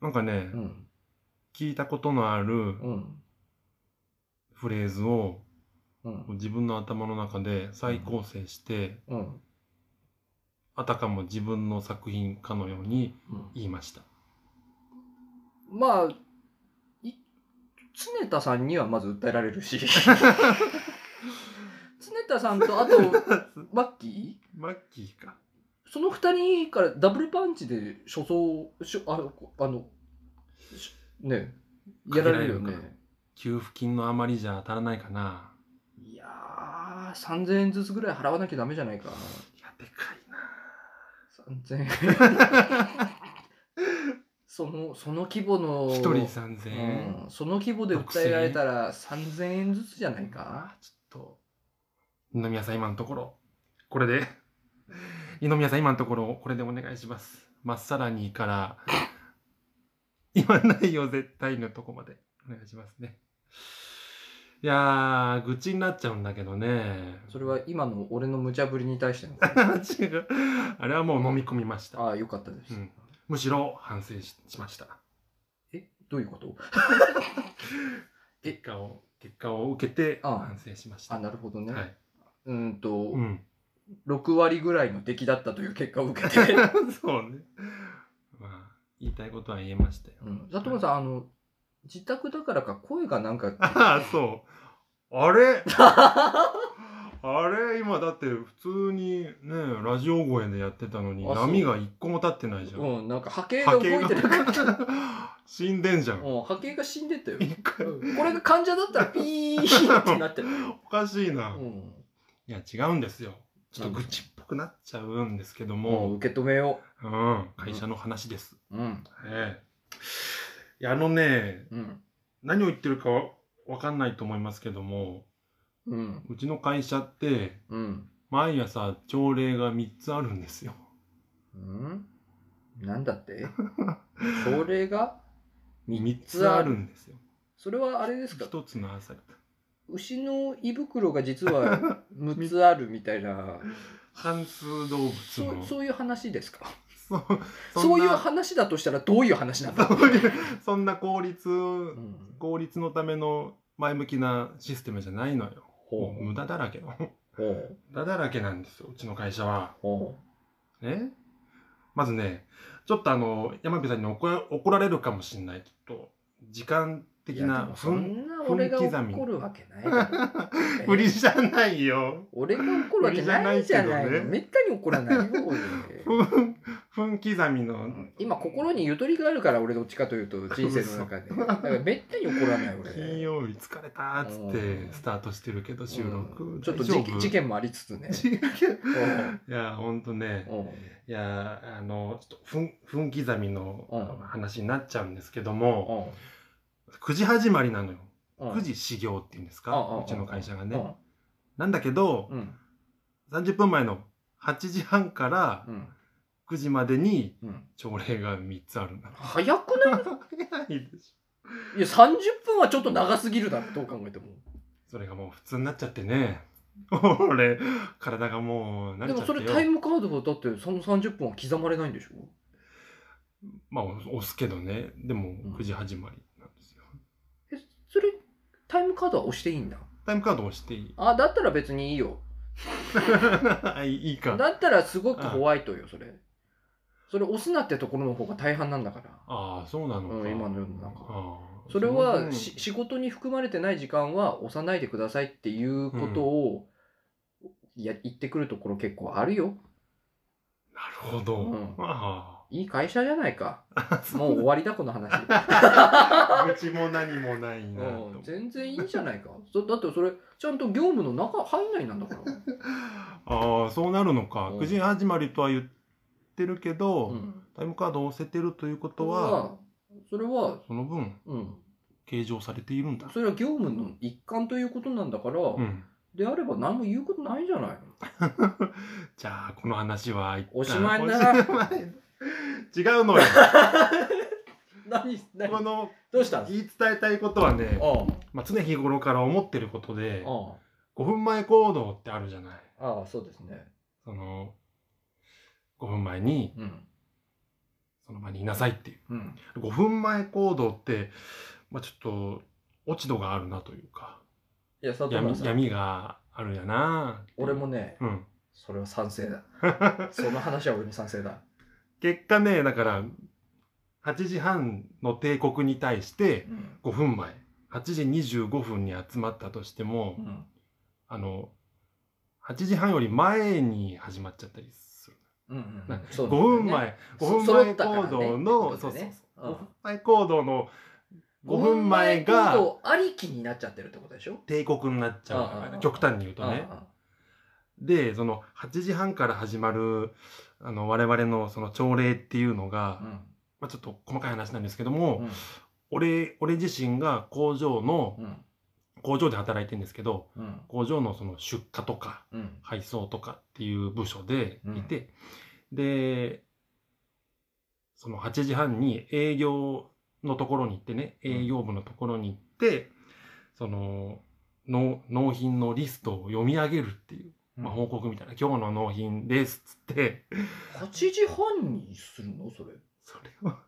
なんかね、
ん
聞いたことのある
うん
フレーズを
うん
自分の頭の中で再構成して、
うん
あたかも自分の作品かのように
うん
言いました。
まあい常田さんにはまず訴えられる し常田さんとあとマッキー
マッキーか。
その二人からダブルパンチで所蔵しょあのこあのしねやられるよ
限られる
ね
給付金の余りじゃ足らないかな。
いやー3000円ずつぐらい払わなきゃダメじゃないか
いや、でかいな。
3000円その、その規模の、
一人3000円、
うんその規模で訴えられたら3000円ずつじゃない
あ
か
ちょっと二宮さん今のところこれで 二宮さん今のところこれでお願いしますまっさらにから 言わないよ絶対のとこまでお願いしますねいやー愚痴になっちゃうんだけどね
それは今の俺の無茶ぶりに対して
違
の
う あれはもう飲み込みました
ああよかったです、
うんむしろ反省ししました
えどういうことえ
結果を結果を受けて
あ
反省しました
あなるほどね、
はい、
うーんと、
うん
6割ぐらいの出来だったという結果を受けて
そうね。まあ、言いたいことは言えましたよ。
うん佐藤さんあの自宅だからか声がなんか
ああ、 そう。あ れあれ今だって普通にね、ラジオ声でやってたのに、
あそう
波が一個も立ってないじゃん。
うん、なんか波形が
波
動い
形が
てなかった。
死んでんじゃん。
うん、波形が死んでたよ。
一回
うんこれが患者だ ったらピーってなってる。
おかしいな、
う
い
ん、
や、違うんですよ。ちょっと愚痴っぽくなっちゃうんですけど
もう
も、
受け止めよ
うん、会社の話です。
う。うん。
ええ。いや、あのね、
うん。
何を言ってるかわわかんないと思いますけども、
うん。
うちの会社って、
うん。
毎朝朝礼が3つあるんですよ。
うん、なんだって それが
3
3
つ
つ
あ
あ
る
る。
んですよ。
それはあれですか
1つの朝に。
牛の胃袋が実 は6つあるみたいな、
半数動物の。
そ
そう
そういう話ですか
そ
そうんいう
な
話だとしたらどういう話なんだ
そういうそんな効率、
うん
効率のための前向きなシステムじゃないのよ。もう
ほ う
無駄だらけの。
ほう
無駄だらけなんですよ、うちの会社は。
ほ
ねまずね、ちょっとあの、山火さんに怒ら怒られるかもしれない。ちょっと、時間
う
的
いや
な
でもそ
分、
んな俺が
分刻み
怒るわけないだろ え
無理じゃないよ。
俺が怒るわけないじゃないの。
俺じゃないけどね
めったに怒らないよ、俺
分分刻みの
今、心にゆとりがあるから、俺どっちかというと、人生の中で。だからめったに怒らない、俺。
金曜日疲れたっつってスタートしてるけど収
う
録
んちょっと
大丈
事
夫
件事件もありつつね。
事件
うん
いやほんとね
うん
いやあのちょっと分分刻みの
うん
話になっちゃうんですけども
うん
9時始まりなのよ
うん
9時始業っていうんです
うんうん
かうちの会社がね
う
なんだけど
んうん
30分前の8時半から
うん
9時までに
うん
朝礼が3つあるな
早くない
早いでしょ
いや、30分はちょっと長すぎるだろ、どう考えても。
それがもう普通になっちゃってね俺体がもう慣
で
れちゃ
も
っ
そ
て
れ
よ
タイムカードはだって、その30分は刻まれないんでしょ
まあ、押すけどね。でも
うん、
9時始まりなんですよ。
え、それ、タイムカードは押していいんだ。
タイムカード押してい い
あ、だったら別にいいよ。
あいいか。
だったらすごくホワイトよ、それ。それ押すなってところの方が大半なんだから。
ああ、そうなのか。
うん、今の世の中。
ああ
それ
の
は
分
し仕事に含まれてない時間は押さないでくださいっていうことを、いや言ってくるところ結構あるよ。
なるほど。
うん
あ
いい会社じゃな いか。
あ。
もう終わりだ、この話。
愚痴も何もないなと
うん、全然いいじゃないか。 そだってそれ、ちゃんと業務の中入んないなんだから。
ああ、そうなるのか。
うん
9時始まりとは言ってるけど、
うん。
タイムカードを押せてるということは、
は、それは、
その分、
うん。
計上されているんだ。
それは業務の一環ということなんだから、
うん。
であれば何も言うことないじゃない の。
じゃあ、この話は一旦
おしまいだ
おしまい違うのよ。
何何
この
どうしたんです
言い伝えたいことはね、
あ
まあ、常日頃から思ってることで
あ、あ
5分前行動ってあるじゃない。
あああそうですね。
その、5分前に
うん。
その場にいなさいってい
うん。
う。5分前行動って、まあ、ちょっと、落ち度があるなというか、
いや、佐藤
闇
さん、
闇があるやな
俺。もね、
うん。
それは賛成 だ。その話は俺も賛成だ。
結果ね、だから、8時半の帝国に対して
う
5
ん。
分前、8時25分に集まったとしても、
うん。
あの、8時半より前に始まっちゃったりする。
うん
な
そう
5分前、
そ
5
揃
分前
ったから
行
ね
動の、
って
そ
こ
うそう
とで
そう
ね、
5
うん
分前行動の5分前が
五分前行動ありきになっちゃってるってことでしょ
帝国になっちゃうから
あ
ね
あ
極端に言うとね。
あ
で、その8時半から始まる、あの、我々のその朝礼っていうの
あ
が
う、ん
まあ、ちょっと細かい話なんですけども、
うん
俺俺自身が工場の、
うん
工場で働いてるんですけど
うん
工場のその出荷とか
うん
配送とかっていう部署でいて、でその8時半に営業のところに行ってね
ん
営業部のところに行ってその納納品のリストを読み上げるっていう、まあ、報告みたいな「今日の納品です」っつって
8時半にするの それ
それは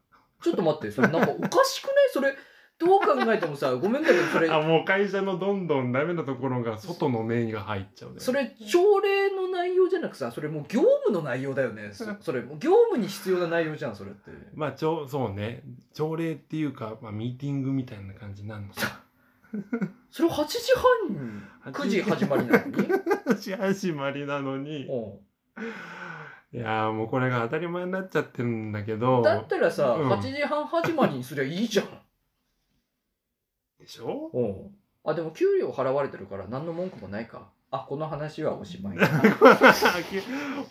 ちょっと待ってそれなんかおかしくないそれどう考えて もさごめんだけどそれ
あもう会社のどんどんダメなところが外のメインが入っちゃうね
それ朝礼の内容じゃなくさそれもう業務の内容だよねそそれもう業務に必要な内容じゃんそれって
まあちょそうね朝礼っていうか、まあ、ミーティングみたいな感じになるのか
それ8時
8
半9時始まりなの に
始まりなのに
う
いやーもうこれが当たり前になっちゃってるんだけ
ん
ど
だったらさ、
うん
8時半始まりにすりゃいいじゃん
でしょ
うんあでも給料払われてるから何の文句もないかあこの話はお しまいだ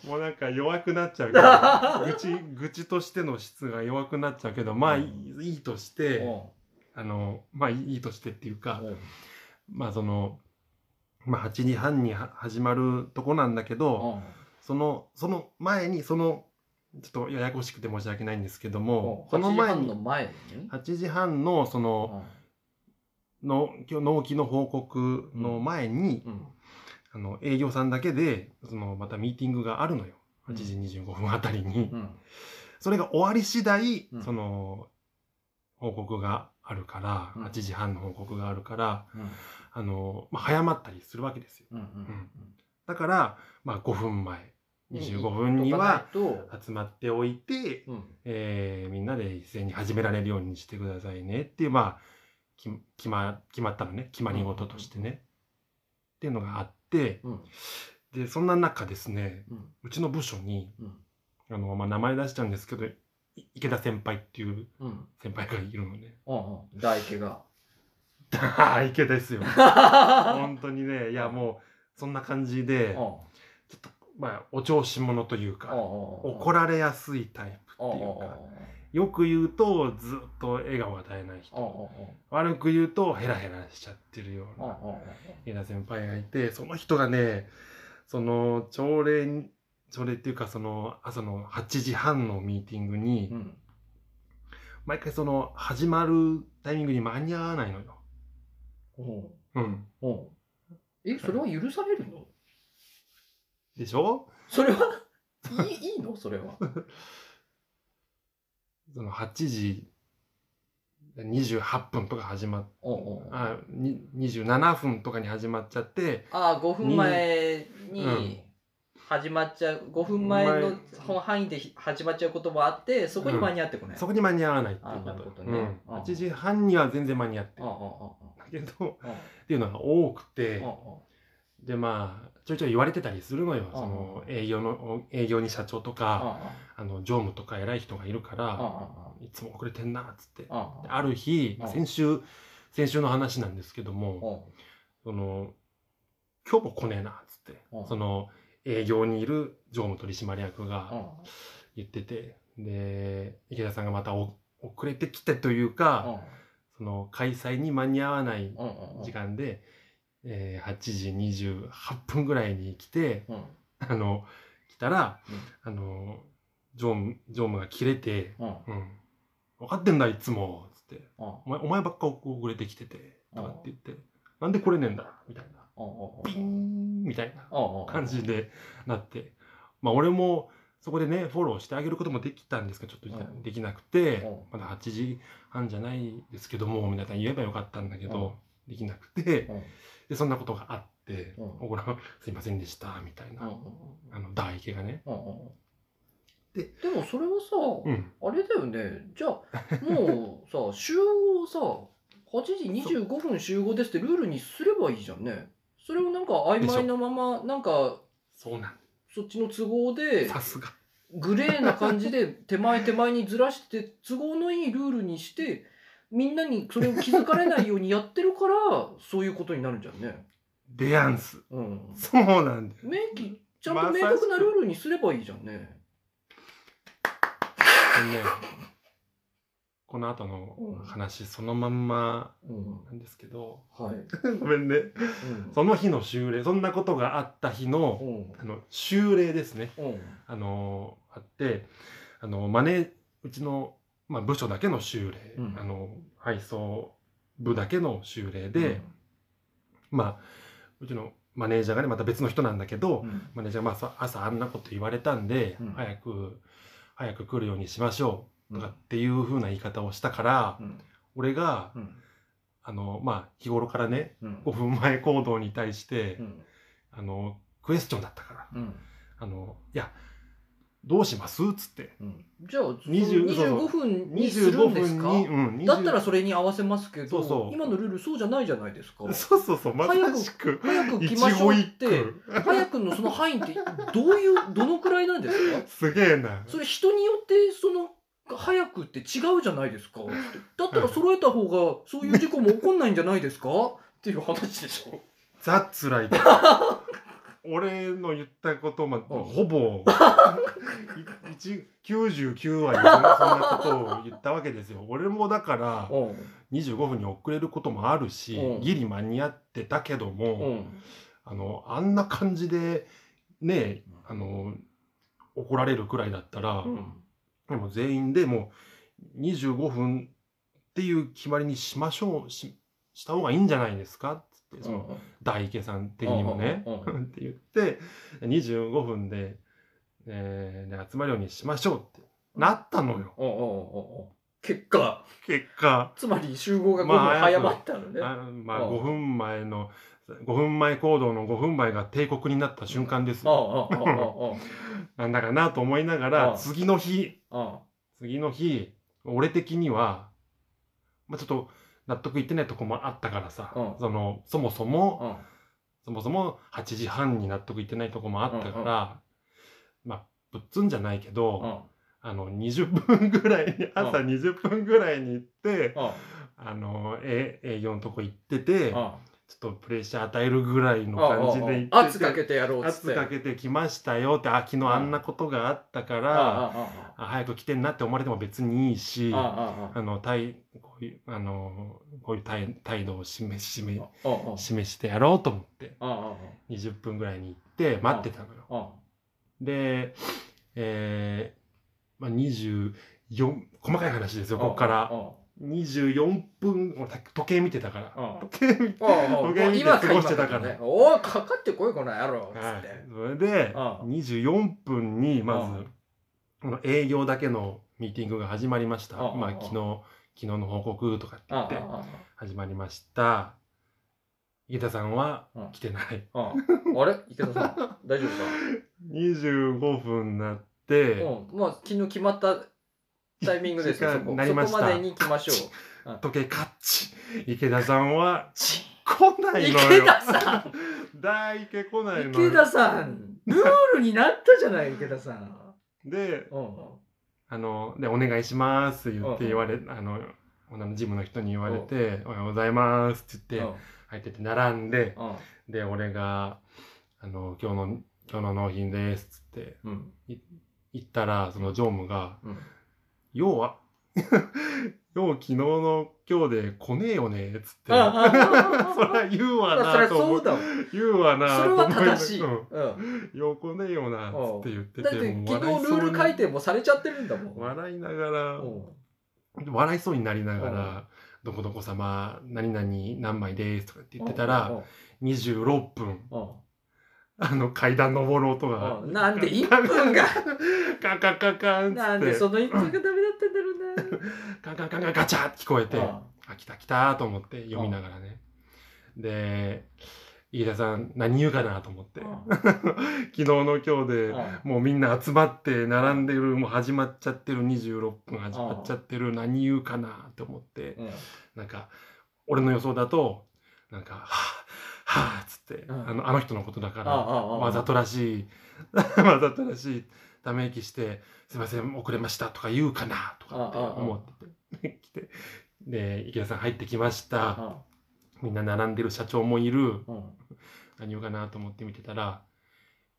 もうなんか弱くなっちゃうけ ど愚痴愚痴としての質が弱くなっちゃうけどまあいいいいとし
う
て
ん
あのまあいいとしてっていうか
うん
まあその、まあ、8時半には始まるとこなんだけど
うん
そのその前にそのちょっとややこしくて申し訳ないんですけどもそ
8
の
時
前
半の
に
前に
8時半のその、の今日納期の報告の前に、
うん
あの営業さんだけでそのまたミーティングがあるのよ8時25分あたりに、
うん
それが終わり次第、
うん
その報告があるから、
うん
8時半の報告があるから
うん
あの、まあ、早まったりするわけですよ
うんうん
だから、まあ、5分前
うん
25分には
とかない
集まっておいて、
とうん
えーみんなで一斉に始められるようにしてくださいねっていうまあき決ま決まったのね決まり事としてね、っていうのがあって
うん
でそんな中ですね
うん
うちの部署に
うん
あの、まあ、名前出しちゃうんですけどい池田先輩っていう
うん
先輩がいるのね
うんうん大怪我
ああ 池ですよ
う
本当にねいやもうそんな感じで、
んうん
ちょっとまあお調子者というか、怒
怒
られやすいタイプっていうか、よく言うとずっと笑顔が絶えない人、悪く言うとヘラヘラしちゃってるような池田先輩がいてその人がねその朝礼に朝礼っていうかその朝の8時半のミーティングに毎回その始まるタイミングに間に合わないのよ。うん、
えそれは許されるの
でしょ
それはいいいいのそれは
その8時28分とか始まっあに27分とかに始まっちゃって
あ5分前に始まっちゃう5分前
前
のこの範囲で始まっちゃうこともあってそこに間に合ってこない
そこに間に合わないっていう
あな
こ
る
と
ほどね
うん、
うん
8時半には全然間に合って
うん
る
う
だ
んうん
けど
うん
っていうのが多くて。
うん
でまあちょいちょい言われてたりするのよ、
うん
その営業の営業に社長とか、あの常務とか偉い人がいるから、いつも遅れてんなっつって、
うん
である日、
うん
先週先週の話なんですけど
う
も、
ん
その今日も来ねえなっつって、
うん
その営業にいる常務取締役
う
が
ん
言ってて、で池田さんがまたお遅れてきてというか、その開催に間に合わない
うんうんうん
時間で、えー8時28分ぐらいに来て。
うん
あの、来たら、あの、常務、常務が切れて、
うんう
う
ん
ん。分かってんだ、いつも。つって。
うん
お前、お前ばっか遅れてきてて。とかって言って。なんで来れねえんだみたいな。
うん
ピーンみたいな
うん
感じでなって。まあ、俺も、そこでね、フォローしてあげることもできたんですけど、ちょっ
うん
とできなくて
うん、
まだ8時半じゃないですけども、皆さん言えばよかったんだけど、できなくて、
うん
で、そんなことがあって、
うん
僕らはすいませんでした、みたい
うん
な。あの、唾液がね。
うんうん
で
でもそれはさ、
うん。
あれだよねじゃあ もうさ集合さ8時25分集合ですってルールにすればいいじゃんねそれをなんか曖昧なままなんか
そうなん
そっちの都合で
さすが。
グレーな感じで手前手前にずらして都合のいいルールにしてみんなにそれを気づかれないようにやってるからそういうことになるんじゃんね。
でやんす。
うん、
そうなんだよ。
明記ちゃんと明確なルールにすればいいじゃんね。
あのねこの後の
うん
話そのまんま
うん。
なんですけど、
はい。
ごめんね。
うん
その日の修例、そんなことがあった日の、
うん
あの、修例ですね。
うん。
あのーあって、あのーマネ、うちの、まあ、部署だけの修例、
うん
あのー配送部だけの修例で、まあ、うちのマネージャーがね、また別の人なんだけど、
うん、
マネージャーが、まあさ、朝あんなこと言われたんで、
うん
早く、早く来るようにしましょう、
う
と
ん
かっていう風な言い方をしたから、
うん。
俺が、
うん。
あのーまあ、日頃からね、
うん。
5分前行動に対して、
うん。
あの、クエスチョンだったから、
うん。
あの、いや、どうしますつって。
うんじゃあ、
20
25分にする
25
んですか
分に、うん、20
だったらそれに合わせますけど
そうそう
今のルールそうじゃないじゃないですか。
そうそうそう、まさしく、
早く来
一
ましょう
期
っ
一
て、
句。
早くのその範囲ってどういう、どのくらいなんですか
すげえな。
それ人によってその早くって違うじゃないですかってだったら揃えた方がそういう事故も起こんないんじゃないですかっていう話でしょ
ザ・つらい。 俺の言ったこと、ま、
うん
ほ ぼ、い一99割そんなそんなことを言ったわけですよ。俺もだから、
う
25分に遅れることもあるし、
うん
ギリ間に合ってたけども、
んうん
あの、あんな感じで、ね、あの、怒られるくらいだったら、でも全員でもう25分っていう決まりにしましょう、しした方がいいんじゃないですかつって、その、大池さん的にもね、
うんうん
って言って、25分で、えーで集まるようにしましょうってなったのよ、
うんうんうんうん結果
結果。
つまり集合が5分
まあ
早まったのね、
あまあ、
うん
5分前の、5分前行動の5分前が帝国になった瞬間です
ああ
よ。
ああ
なんだかなと思いなが
う
ら、
ん
次の日、
ああああ
次の日、俺的には、まあ、ちょっと納得いってないとこもあったからさ、
うん
そのそもそも、
あ
そもそも8時半に納得いってないとこもあったから、まあ、ぶっつんじゃないけど、
あ
あの、20分ぐらいに、朝20分ぐらいに行って、
あ
あの、え営業のとこ行ってて、ちょ
あ
っとプレッシャー与えるぐらいの感じで行ってて、
圧かけてやろうっつっ
圧
て
かけてきましたよって、あ、昨日あんなことがあったから、
あ
あ早く来てんなって思われても別にいいし、
あああああ
あの、態、こういう、あの、こういう態態度を示し、示
あああ
示してやろうと思って、
ああ
20分ぐらいに行って待ってたのよ。
ああ
で、えー、まあ、24、細かい話ですよ、ここか
あ
ら。
あ
24分、もうた時計見てたから。
ああ
時計見て、
お
お
うお
元
う
気で
今
過ごしてたから
ね、おおかかってこいこの野郎っつ
は
っ
い
て、。
それで、
ああ
24分に、まず、この営業だけのミーティングが始まりました。
ああ
まあ、
ああ
昨日、昨日の報告とかって言って。
あ
始まりました。池田さんは
うん
来てない。
あああああれ池田さん大丈夫か
25分になって、
うんまあ昨日決まったタイミングですよ
時間
そこ
になりまし
そ
た
こまでに行きましょ
時計カッチ池田さんは
う
来ないのよ。
池田さん
大池来ないの
池
よ。
田さんルールになったじゃない池田さん
で、
うん
あの、で、お願いします言って言われ、あの、あのジムの人に言われて、おはようございますって
うん
言
う
っ
ん
て、入ってって並んで、
うん
で、俺が、あの、今日の、今日の納品ですっつって
うん
言ったら、その常務が、
うん
要は、 要昨日の今日で来ねえよね、つ って。そ
ああああああ
りゃ言うわ
まあそり
な
ゃ
と
そ
思
う
う。
だわ
言うわな
それ
と思
はい
な
正しい、う
うん
ん、
よう来ねえよな、つって言って
だって
て、もう
昨
笑い
日
そう
ルー
に
ル改定もされちゃってるんだもん
笑いなが
うん
ら、笑いそうになりなが
う
ら、どこどこ様、何々何枚ですとかって言ってた
うん
ら、26分、
うんうん
あの階段登る音が
うん。なんで1分 が
カンカンカンカンっつ
なん
っ
で
て
そ、の一分がダメだったんだろうな。
カンカンカンカンガチャって聞こえて、
あ
あ、来た来たと思って読みながらね。で、飯田さん何言うかなと思って。昨日の今日で、
あ
もうみんな集まって並んでる、もう始まっちゃってる、26分始まっちゃってる、何言うかなと思って、
うん
なんか、俺の予想だと、なんか、はぁ、はぁ、つって、
うん
あの、あの人のことだか
あ
ら、
ああ
わざとらしい、 わざとらしい、ため息して、すいません、遅れましたとか言うかなとかって思ってて、来て、 で、池田さん入ってきました。
あ
みんな並んでる社長もいる。
うん
何言うかなと思って見てたら、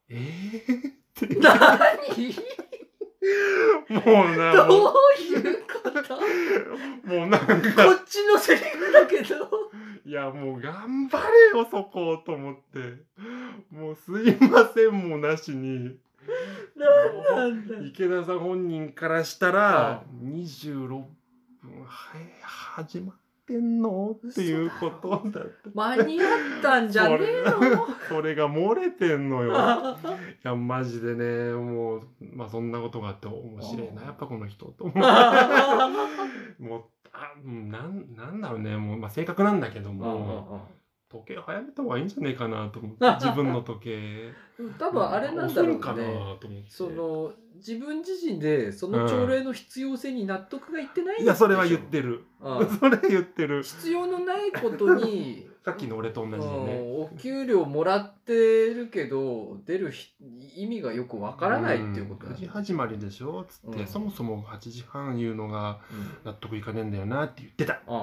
えーって、
何
もうな、もう
どういうこ
もうなん
こ
か、
っちのセリフだけど。
いやもう頑張れよ、そこ、と思って。もうすいません、もうなしに。
なんなんだ。
池田さん本人からした
は
ら、26分、はい、始まってんのっていうことだった。
間に合ったんじゃねえの
それが漏れてんのよ。い
あー
や、マジでね、もう、まあそんなことがあって面白いな、やっぱこの人と思う。
あ
もう、あうんなんなんだろうね、もう、まあ、性格なんだけども、
ー
時計早めた方がいいんじゃねえかなと思って、自分の時 計。
多分あれなんだろ
遅いか
う
な
ね。
と思って。
その自分自身でその朝礼の必要性に納得がいってないん
い
でしょ
や、それは言ってる。
あー
それ言ってる。
必要のないことに
さっきの俺と同じでね。
うんお給料もらってるけど出るひ意味がよくわからないっていうこと
うん
だ
9時
ね
始まりでしょつって、
うん
そもそも8時半言うのが
うん
納得いかねえんだよなって言ってた。
ああ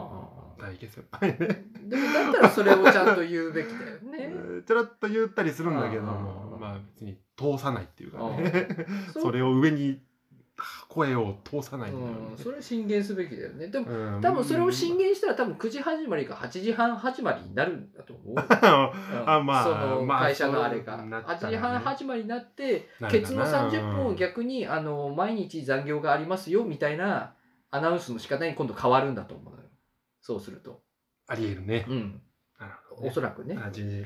大池先輩ね。
でもだったらそれをちゃんと言うべきだよ
え
ね。
ーちょろっと言ったりするんだけども、
あー
まあ別に通さないっていうか ね。
そ
それを上に声を通さないんだよね
うん、それ進言すべきだよね。でも
うん
多分それを進言したら多分9時始まりか8時半始まりになるんだ と思う。
あまあ
その
まあ
会社のあれが、
そうなったらね
8時半始まりになって
なる
ケ
か
ツの
な
30分を逆にあの毎日残業がありますよみたいなアナウンスの仕方に今度変わるんだと思うのよそうすると
ありえるね。
うん
なるほど
お
ね
そらくね、
あじじ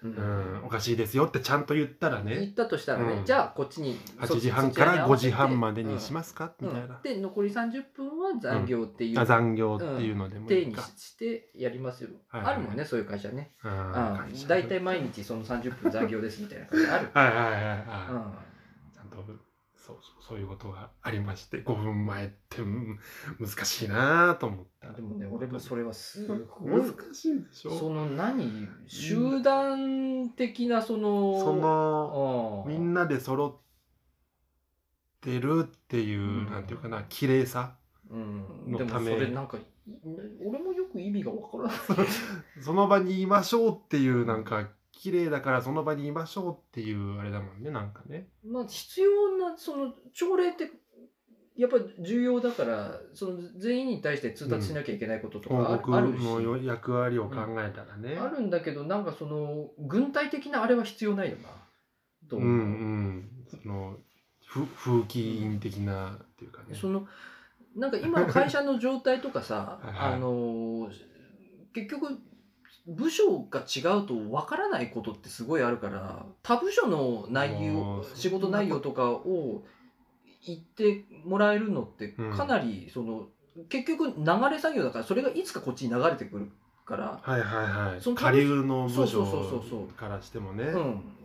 うん
うん、おかしいですよってちゃんと言ったら
言
ね、
ったとしたらね、
うん
じゃあこっちに
8時半から5時半までにし
ま
ますか、
うん
みたいな、
で残り30分は残業っていう、
あ残業っていうのでも
定
いい
にし
か、
してやりますよ、
はいはい
あるもんねそういう会社ね、
うん
うん
会社、
大体毎日その30分残業ですみたいな感じある
はいはいはいはい、
うん
ちゃんとそうそういうことがありまして5分前ってうん難しいなと思った
でもね、俺もそれはすごい
難。しいでしょ
そ
そ
の何集団的なその、
の
う
みんなで揃ってるっていう、
うん
なんていうかな綺麗さ
うん、
の
でも
た
そ
め
れなんか、い俺もよく意味がわからない。
その場にいましょうっていうなんか綺麗だからその場にいましょうっていうあれだもんねなんかね
まあ必要な、その朝礼って、やっぱ重要だから、その全員に対して通達しなきゃいけないこととかあ,、
広告
あるし、
の役割を考えたらね、
あるんだけど、なんかその、軍隊的なあれは必要ないよな。と
うん
思
う
う。
んそのふ風紀委員的なっていうかね、
そのなんか今の会社の状態とかさ
はいはい
あのー結局部署が違うと分からないことってすごいあるから他部署の内
も
容
うそんなこと
仕事内容とかを言ってもらえるのって
うん
かなりその、結局流れ作業だからそれがいつかこっちに流れてくるから、
はいはいはい
その
下流の
そ
部
うそ
署
うそうそうそう
からしてもね、
う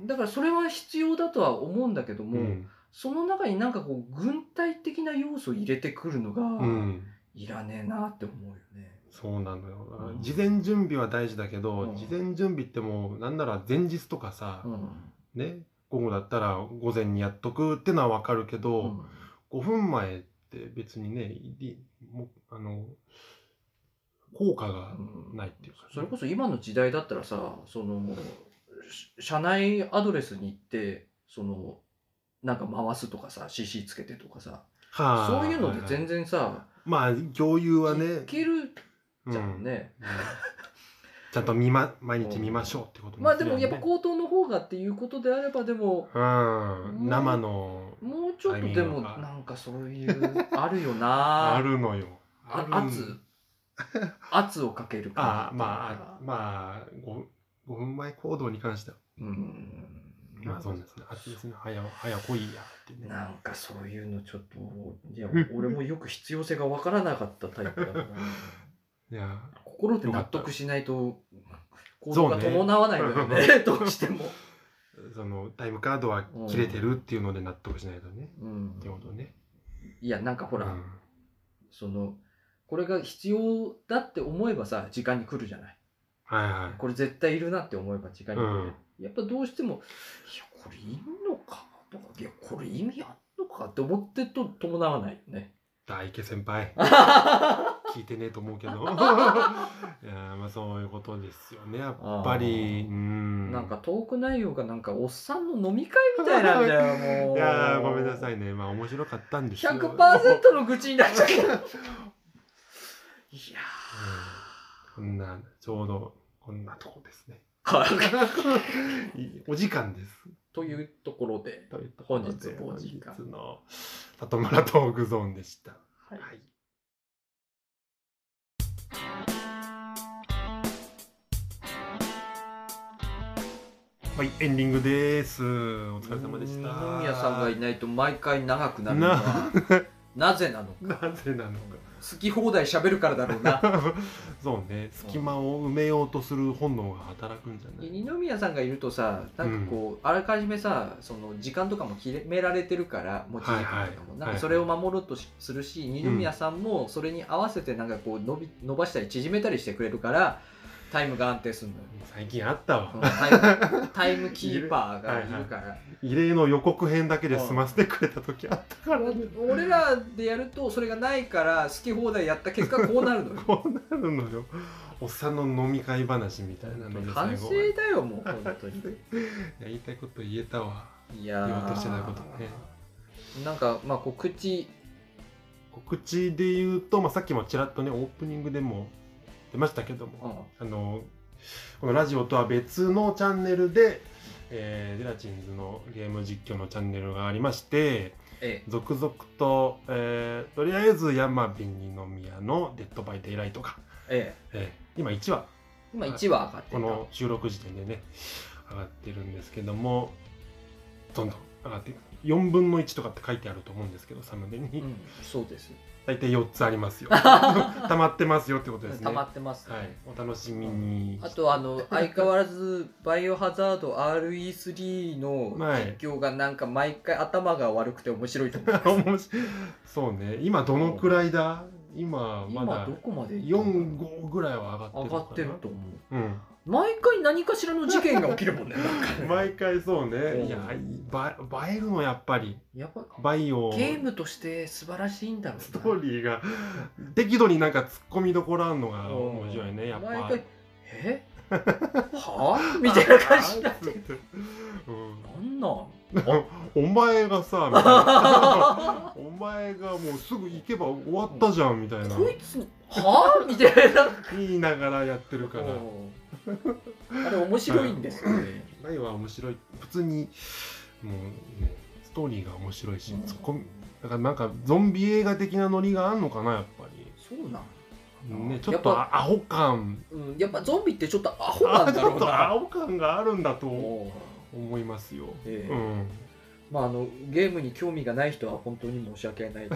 ん、だからそれは必要だとは思うんだけども、
うん
その中になんかこう軍隊的な要素を入れてくるのが。
うん
いらねえなって思うよね。
そうなのよ、
うん
事前準備は大事だけど、
うん
事前準備ってもうなんなら前日とかさ
う、ん。
ね午後だったら午前にやっとくってのは分かるけど、
うん
5分前って別にね、いりもあの、効果がないっていうか、
それこそ今の時代だったらさ、その、し社内アドレスに行って、その、なんか回すとかさ、CC つけてとかさ、
そ、
そういうので全
然。
然さ、
まあ、共有はね、
いけるじゃ
うんん
ね。
うんちゃんと見ま、毎日見ましょうってこと
まあでもやっぱ
こ
口頭の方がっていうことであればでも、
うん、生の、
もうちょっとでも
タイミングが
なんかそういう、あるよ
あ
な
るのよ。
あ
るん
圧圧をかける感じ
あまあ、まあ、5, 5分前行動に関しては、
うん。
まあそうですね。圧ですね。早、早来いやってね。
なんかそういうのちょっと、いや、俺もよく必要性がわからなかったタイプだから、
いや、
心で納得しないと、行動が
そうね
伴わないのよね、 どうしても。
その、タイムカードは切れてるっていうので納得しないとね。
うん
ってことね。
いや、なんかほら、
うん
その、これが必要だって思えばさ、時間に来るじゃない。
はいはい。
これ絶対いるなって思えば時間に来る。
うん
やっぱどうしても、いや、これいんのかとか、いや、これ意味あんのかって思ってると伴わないよね。
大池先輩、聞いてねえと思う けどいやーまあそういうことですよねやっぱり
あー
うん
なんかトーク内容がなんかおっさんの飲み会み たいなんだよ、もう。
いやーごめんなさ
い。
いねまあ面白かったんですよ
100%の愚痴になっち ゃう。いや
こんなちょうどこんなとこですね
ー。
お時間です
というところで。
というところで
本日もお時間
本日の里村トークゾーンでした
はい
はいはい、エンディングです。お疲れ様でした。
二宮さんがいないと毎回長くなるの
な
は、なぜなのか。
なぜなの
好き放題喋るからだろうな。
か。 そうね、隙間を埋めようとする本能が働くんじゃない。
二宮さんがいるとさなんかこう、あらかじめさその時間とかも決められてるから持ち時間とかも、
はいはい
なんかそれを守ろうとしするし二宮さんもそれに合わせてなんかこう伸び伸ばしたり縮めたりしてくれるからタイムが安定するのよ。
最近あった
そ
わ。
のタイムタイムキーパーがいるから、
異例の予告編だけで済ませてくれた時あったからね。
俺らでやるとそれがないから好き放題やった結果こうなる のよ
こうなるのよ。おっさんの飲み会話みたいなのが
反
最後
省
まで
だよもう本当に
やりたいこと言えたわ。
いやー
言おうとしてないことね
なんかまあこう口
告知で言うと、まあ、さっきもちらっとね、オープニングでも出ましたけども、
うん
あのこのラジオとは別のチャンネルで、えーゼラチンズのゲーム実況のチャンネルがありまして
ええ
続々と、えーとりあえず山辺二宮の「デッドバイデイライトが」
ええ
えー今1話
今1話上がって
こ
た
の収録時点でね上がってるんですけどもどんどん上がっていく4分の1とかって書いてあると思うんですけどサムネに、
うん、そうです。
大体4つあり ますよ溜まってますよってことですね
溜まってます、ね
はい、お楽しみに
あとあの相変わらず「バイオハザード RE3」の
はい
実況がなんか毎回頭が悪くて面白いと思う
面白いそうね今どのくらいだ今 ま
今
だ
どこまで行ったんだろ
45ぐらいは
う
上
上が
がっ
ってて
る
る
かな
と思う
うん
毎回何かしらの事件が起きるも んねなんか
毎回そう
う
ね
ん
いやば映えるのやっぱり
やっぱ
バイオ
ゲームとして素晴らしいんだろ
スト
う
ーリーが適度になんか突っ込みどころあんのが面白いねや
な
っ
毎
ぱ
回「え はあ?」みたいな感 じになって
うん
なんなん
お前がさみたい なお前がもうすぐ行けば終わったじゃんみたいな
こいつはあみたいな
言いながらやってるから
うんあれ面白いんですよね。
ライは面白い普通にもうねストーリーが面白いし、そこだからなんかゾンビ映画的なノリがあんのかなやっぱり、
そうなん。
ね
あ、
ちょ
や
っ
っ
と
ぱ
アホ感
うん、やっぱゾンビってちょっとアホなん
ち
だ
ょ
ろ
っ
う
とア
な。
ホ感があるんだと
おう
思いますよ、
ええ
うん
まああのゲームに興味がない人は本当に申し訳ない。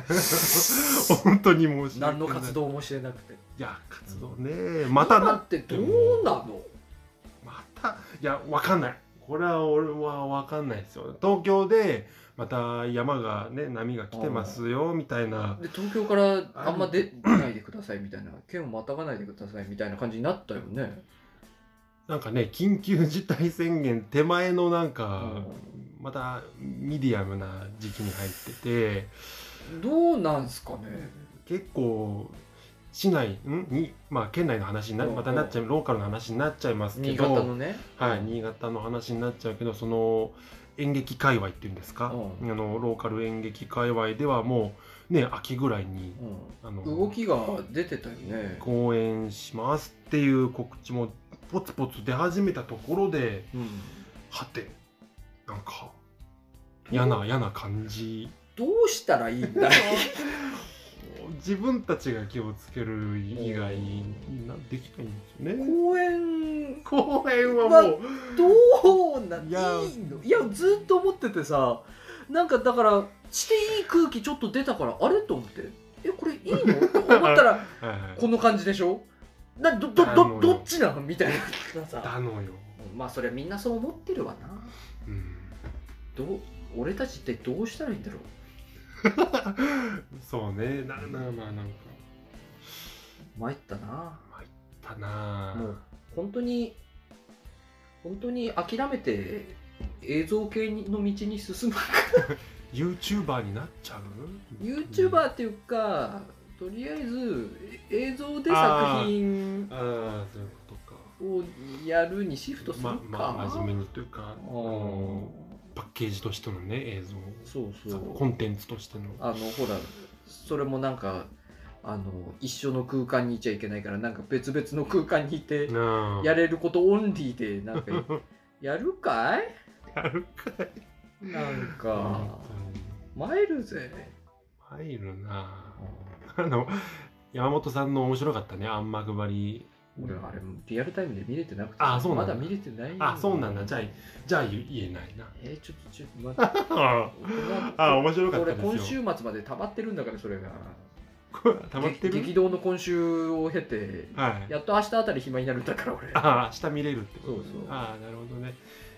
本当に申し訳ない
何の活動もしてなくて。
いや活動ねまた
今
な
ってどうなの？
またいやわかんないこれは俺はわかんないですよ東京でまた山がね波が来てますよみたいな
で東京からあんま出ないでくださいみたいな、県をまたがないでくださいみたいな感じになったよね。
なんかね緊急事態宣言手前のなんか、またミディアムな時期に入ってて
どうなんすかね。
結構市内んに、まあ、県内の話にな
うん
またなっちゃうローカルの話になっちゃいますけ
新
ど
潟のね。
はい、新潟の話になっちゃうけどその演劇界隈っていうんですか、あ
う
のローカル演劇界隈ではもうね秋ぐらいにあの
うん、動きが出てたよね。
公演しますっていう告知もポツポツ出始めたところで。
うん
はてなんか嫌な嫌な感じ
どうしたらいいんだい
自分たちが気をつける以外なできないん ですよね
公演
公演はもう
どうなん
いや
いいのいやずっと思っててさなんかだからしていい空気ちょっと出たからあれと思ってえこれいいのと思った ら
はいはい
この感じでしょなどどどどっちなのみたいなさ
だのよ、
まあそれはみんなそう思ってるわな
うん、
どう俺たちってどうしたらいいんだろう
そうねななまあなんか
参ったな
だなあ
もう本当に本当に諦めて映像系の道に進む
YouTuber になっちゃう
YouTuber っていうかとりあえず映像で作品
ああそういうことか
をやるにシフトするか、
ままあ真面目にというかあの
う
パッケージとしてのね映
んそう
像さ
そう
コンテンツとしての
あのほらそれもなんかあの一緒の空間にいちゃいけないからなんか別々の空間にいて
なあ
やれることオンリーでなんか やるかい
やるかい
なん
本
か
当に
参るぜ
入るなああの山本さんの面白かったねあんまくばり
俺あれリアルタイムで見れてなくて
あそうな
ま
んだ
だ見れてない
あそうなんだじゃあじゃあ言言えない な
えーちょっとちょっと待って
あ面白かった
俺
ですよ
今週末まで溜まってるんだからそれが
これ 溜まって
激激
る
動の今週を経て
はい
やっと明日あたり暇になるんだから俺
ああ下見れるってこと
そうそう
ああなるほどね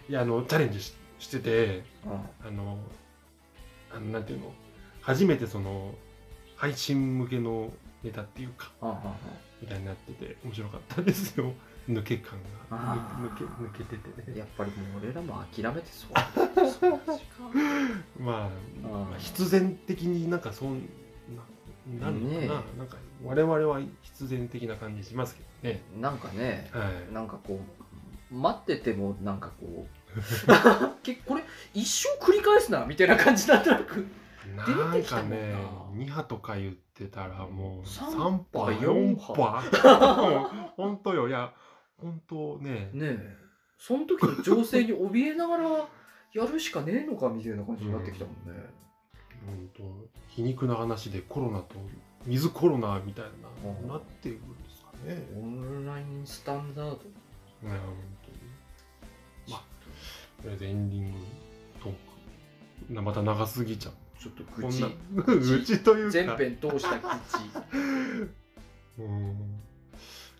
いやあのチャレンジししてて
うん
あのあのなんていうの初めてその配信向けのネタっていうか
はんはんはん
みたいになってて面白かったですよ抜け感が
あー
抜け抜けててね
やっぱりもう俺らも諦めてそうそうですか
まあ
あー
必然的になんかそんななるのかな,、
ね
なんか我々は必然的な感じしますけどね
なんかね
はい
なんかこう待っててもなんかこう 結これ一生繰り返すなみたいな感じなんとなく
な
出
ん
てきた
か
もんな
ね2波とか言ってたらもう
三
3波
波
4
四
波
波
うん 本当よいや本当ね
ねえその時の情勢に怯えながらやるしかねえのかみたいな感じになってきたもんね、
本当皮肉な話でコロナとウィズコロナみたい
うん
ななっていくんですかね。
オンラインスタンダード
うん本当にまあとりあえずエンディングトークなまた長すぎちゃう。
ちょっと
こ
愚
ん
痴
な 愚痴という
全
か
編通した愚
うん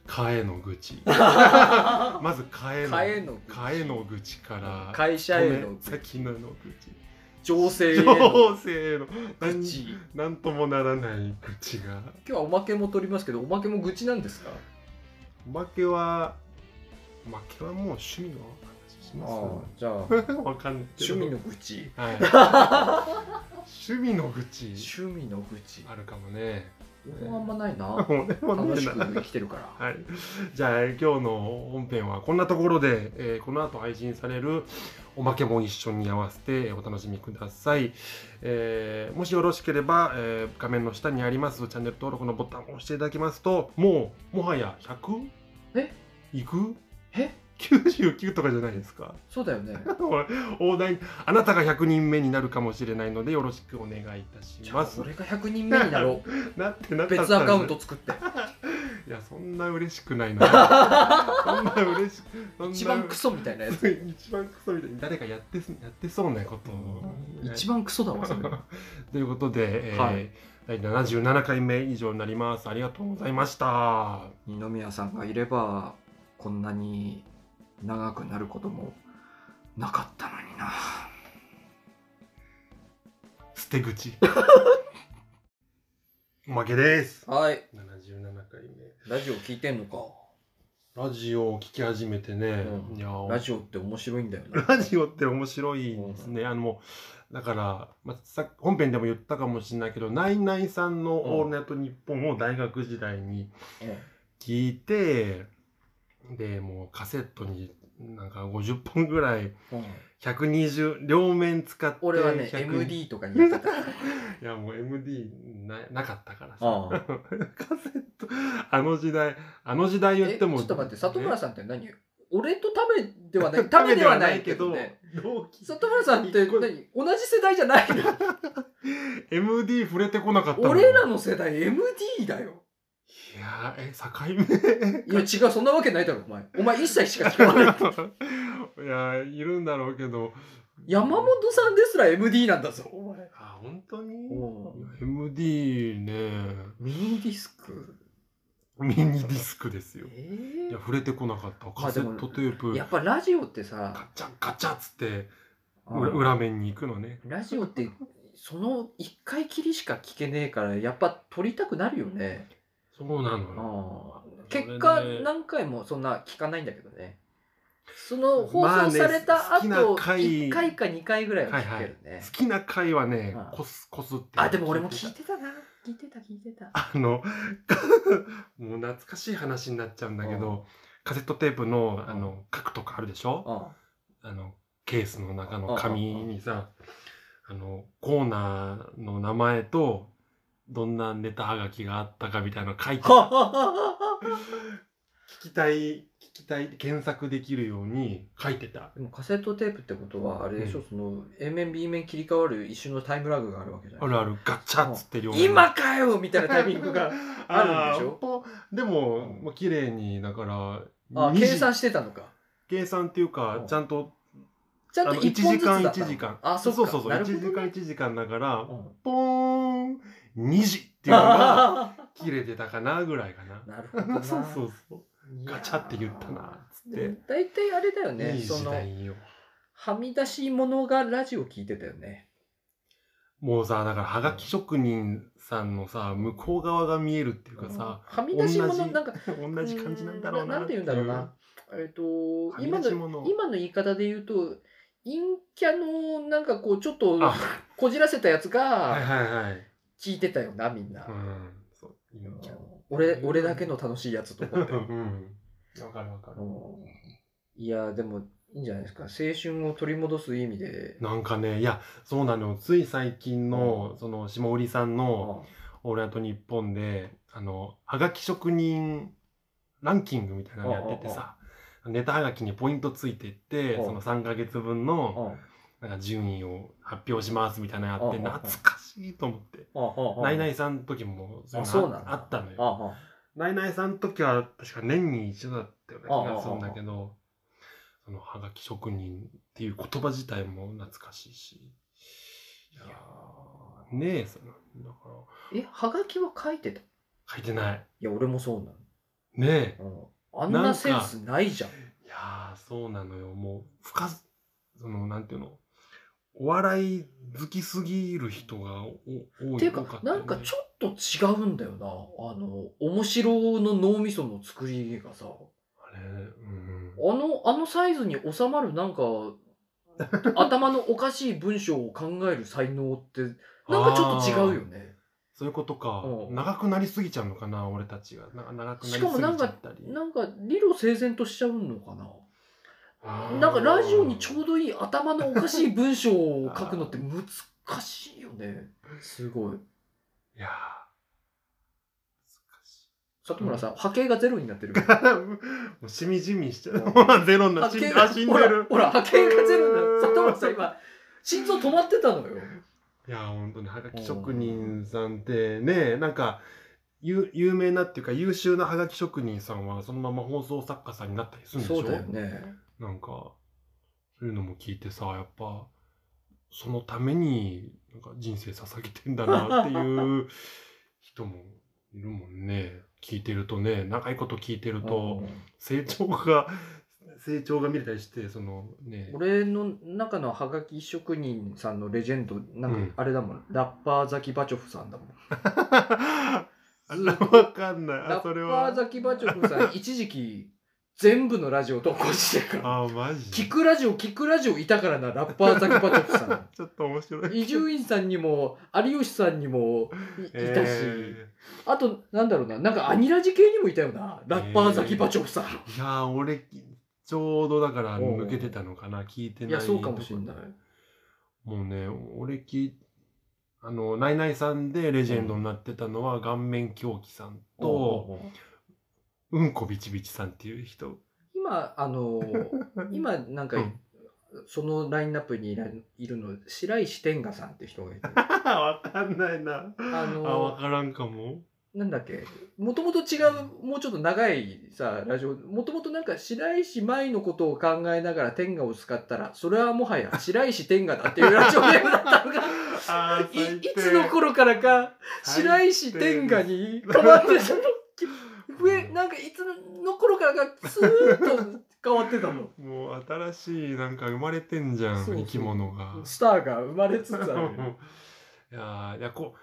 替えの愚 痴
痴
まず替えの
替えの愚痴
替えの愚痴から
会社への
ごめん
愚痴
先のの愚痴
情勢へ
情
の
勢への
愚痴今
何ともならない愚痴が
日はおまけも取りますけどおまけも愚痴なんですか
おまけはおまけはもう趣味の話しま
じゃあ
す わかんないけ
趣
ど
味の愚痴
はい 趣味の愚痴
趣味の愚痴
あるかもね
僕はあんまないな
俺もね
楽しく生きてるから
はい、じゃあ今日の本編はこんなところで、えーこの後配信されるおまけも一緒に合わせてお楽しみください、えーもしよろしければ、えー画面の下にありますチャンネル登録のボタンを押していただきますともうもはや 100?
え
いく
え
?99 とかじゃないですか
そうだよね
大台にあなたが100人目になるかもしれないのでよろしくお願いいたし
じゃ
ま
あ
す
俺が100人目になろう
なってなかったら
別アカウント 作って
いやそんな嬉しくない なそんな嬉しく
一番ク
ソ
ソみたいなやつ
一番クソみたいに誰かやってやってそうなことを、
一番クソだわそれ
ということで、えー
はい
第77回目以上になりますありがとうございました
二宮さんがいればこんなに長くなることもなかったのにな
捨て 口おまけです
はい
77回
ラジオ聞いてんのか
目ラジオを聞き始めてね、
うん
いや
ラジオって面白いんだよな
ラジオって面白いですね。あのもうだから、まあ、さ本編でも言ったかもしれないけど、ナイナイさんの「オールナイトニッポン」を大学時代に聞いて、で、もうカセットになんか50本ぐらい、
うんうん
120、両面使って。
俺はね
100
MD とかにやって た
いや、もう MD ななかったからさ。
ああ
カセット、あの時代、あの時代言っても。
えちょっと待って里
さ
村さんって何俺とためでは ないためではないけどね、
同期
里村さんって何同じ世代じゃないの
MD 触れてこなかったもん
俺らの世代 MD だよ
いやー、え、境目
いや違うそんなわけないだろお前お前一切しか聞か ない
いやいるんだろうけど
山本さんですら MD なんだぞお前
あ本当に
おう
MD ね
ミニディスク
ミニディスクですよ
え
いや触れてこなかったカセットテー
え
プ
やっぱラジオって
ガ
さ
チャガチャっつって
あの
裏裏面に行くのね
ラジオってその一回きりしか聞けねえからやっぱ撮りたくなるよね
そうなのよ
ああ
それで
結果何回もそんな聞かないんだけどねその放送された
まあね好
後、
きな回
1回か2回ぐらいは聞けるね、
好きな回はね
ああ
コスコスって
あでも俺も聞いてたな聞いてた聞いてた。
あの、 もう懐かしい話になっちゃうんだけど、カセットテープの、あの、核とかあるでしょ
あ
あの、ケースの中の紙にさ、あの、コーナーの名前と、どんなネタはがきがあったかみたいなの書いて、聞
あ。
きたい、聞きたい、検索できるように書いてた。
でもカセットテープってことはあれでしょ、その A 面 B 面切り替わる一瞬のタイムラグがあるわけじゃな
あ
い
るある、ガッチャッつって両面
今かよみたいなタイミング があるんでしょ
ょでも、
うん
まあ綺麗に、だから、
あ
二時
計算してたのか
計算っていうか
う、ん
ちゃんと、
ちゃん
あ
と
の、1
1
時
本ずつだ
間
った
1時間。
あそっか
そうそうそう、1
なるほど
時間1時間だから、
うん
ポーン、2時っていうのが、切れてたかなぐらいかな。
なるほどな
そうそうそう。
いやー
ガチャって言ったなつって
でも大体あれだよね
いい
そ
時
の
代よ。
はみ出し者がラジオ聞いてたよね
もうさ、だから、はがき職人さんのさ、向こう側が見えるっていうかさ、
はみ出し
同
者
じ
なんか
同じ感じなんだろう
な
な。
なんて言うんだろうな。えっと
はみ
今
出し
の
物。
今の言い方で言うと陰キャのなんかこうちょっと
あ、
こじらせたやつ
はい
が
はいはい。
聞いてたよなみんな、
うん。そう。陰キャ
俺俺だけの楽しいやつと思って、
うん。わかるわか
う
る。
んいやでもいいんじゃないですか青春を取り戻す意味で、
なんかね、いや、そうなのよ。つい最近の、その、下売さんの、
うん
オールナイトニッポンで、あの、はがき職人ランキングみたいなのやっててさ、ネタはがきにポイントついてって、
うん
その3ヶ月分の、
うん
なんか順位を発表しますみたいなのやって、
うんうんうん
懐かしいと思って。ナイナイさんの時も
あ
そ
そう
いううの
な
あ
んだ
あったの
あ
よ。
ああ
ナイナイさんの時は確か年に一度だったような気
うんうんうん
がするんだけど、そのはがき職人っていう言葉自体も懐かしいし。いやーねえ、その、だから、
えはがきは書いてたい
書いてない。
や俺もそうな
ねえ。
の、うん、あんなセンスないじゃん
いやー、そうなのよ。もう、深す、その、なんていうの、お笑い好きすぎる人がお多い。
っていう
多
か
ったよ
なん
ね
かちょっと違うんだよなあの面白の脳みその作りがさ
あれ、うん。
あのあのサイズに収ま るなんか頭のおかしい文章を考える才能ってなんかちょっと違うよ
あー。
ね
そういうことか
う。ん
長くなりすぎちゃうのかな、俺たちが。な長くなりすぎ
しかもなん
ち
か
ゃったり。
なんか理路整然としちゃうのかな
あー
なんかラジオにちょうどいい頭のおかしい文章を書くのって難しいよね。すごい。
いやー。
里村さん、波形がゼロになって る。
難しい もうしみじみしちゃう。
うん
ほら、ゼロにな
波
死ん
形
で
が、
あ死ん
ほ
で
ら、
る。
ほら波形がゼロ
うー
になる。
ん
里村さん、今、心臓止まってたのよ。
いやー、本当に、はがき職人さんってね、なんか、ゆ有名なっていうか、優秀なはがき職人さんは、そのまま放送作家さんになったりするんでしょ
そうだよね。
なんか、そういうのも聞いてさ、やっぱ、そのために、なんか人生捧げてんだなっていう人もいるもんね。聞いてるとね、長いこと聞いてると、成長が、 成長が見れたりして、そのね、
俺の中のハガキ職人さんのレジェンド、なんかあれだもん、ラッパーザキバチョフさんだもん。ずっと
わかんない。
ラ
あ、
ッパ
それは
ー。ザキバチョ フさん、一時期、全部のラジオ投稿してるから。
あー、マジ
聞くラジオ、聞くラジオいたからな、ラッパーザキパチョフさん。
ちょっと面白い。
伊集院さんにも、有吉さんにもいいたし、
え
あと、なんだろうな、なんかアニラジ系にもいたよな、ラッパーザキパチョフさん。
ーいやー俺ちょうどだから
おう
抜けてたのかな聞いて
い
ない
や、そうかもしれない。
もうね俺きあのナイナイさんでレジェンドになってたのは、顔面狂気さんと、
うん
うん、こびちびちさんっていう 人
今、あの、今、なんか
うん、
そのラインナップにいらいるの、白石天賀さんって人がいて、
わかんないな
あ
あわ
の、
からんかも
なんだっけ、もともと違う、もうちょっと長いさ、ラジオ、もともとなんか白石舞のことを考えながら天下を使ったら、それはもはや白石天下だっていうラジオネームだった のが、
あー
い
最低
いつの頃からか
最低
白石天下に変わってたの上なんかいつの頃からかスーッと変わってたの
もう新しいなんか生まれてんじゃん
そうそう
生き物が
スターが生まれつつある
いやーいやこ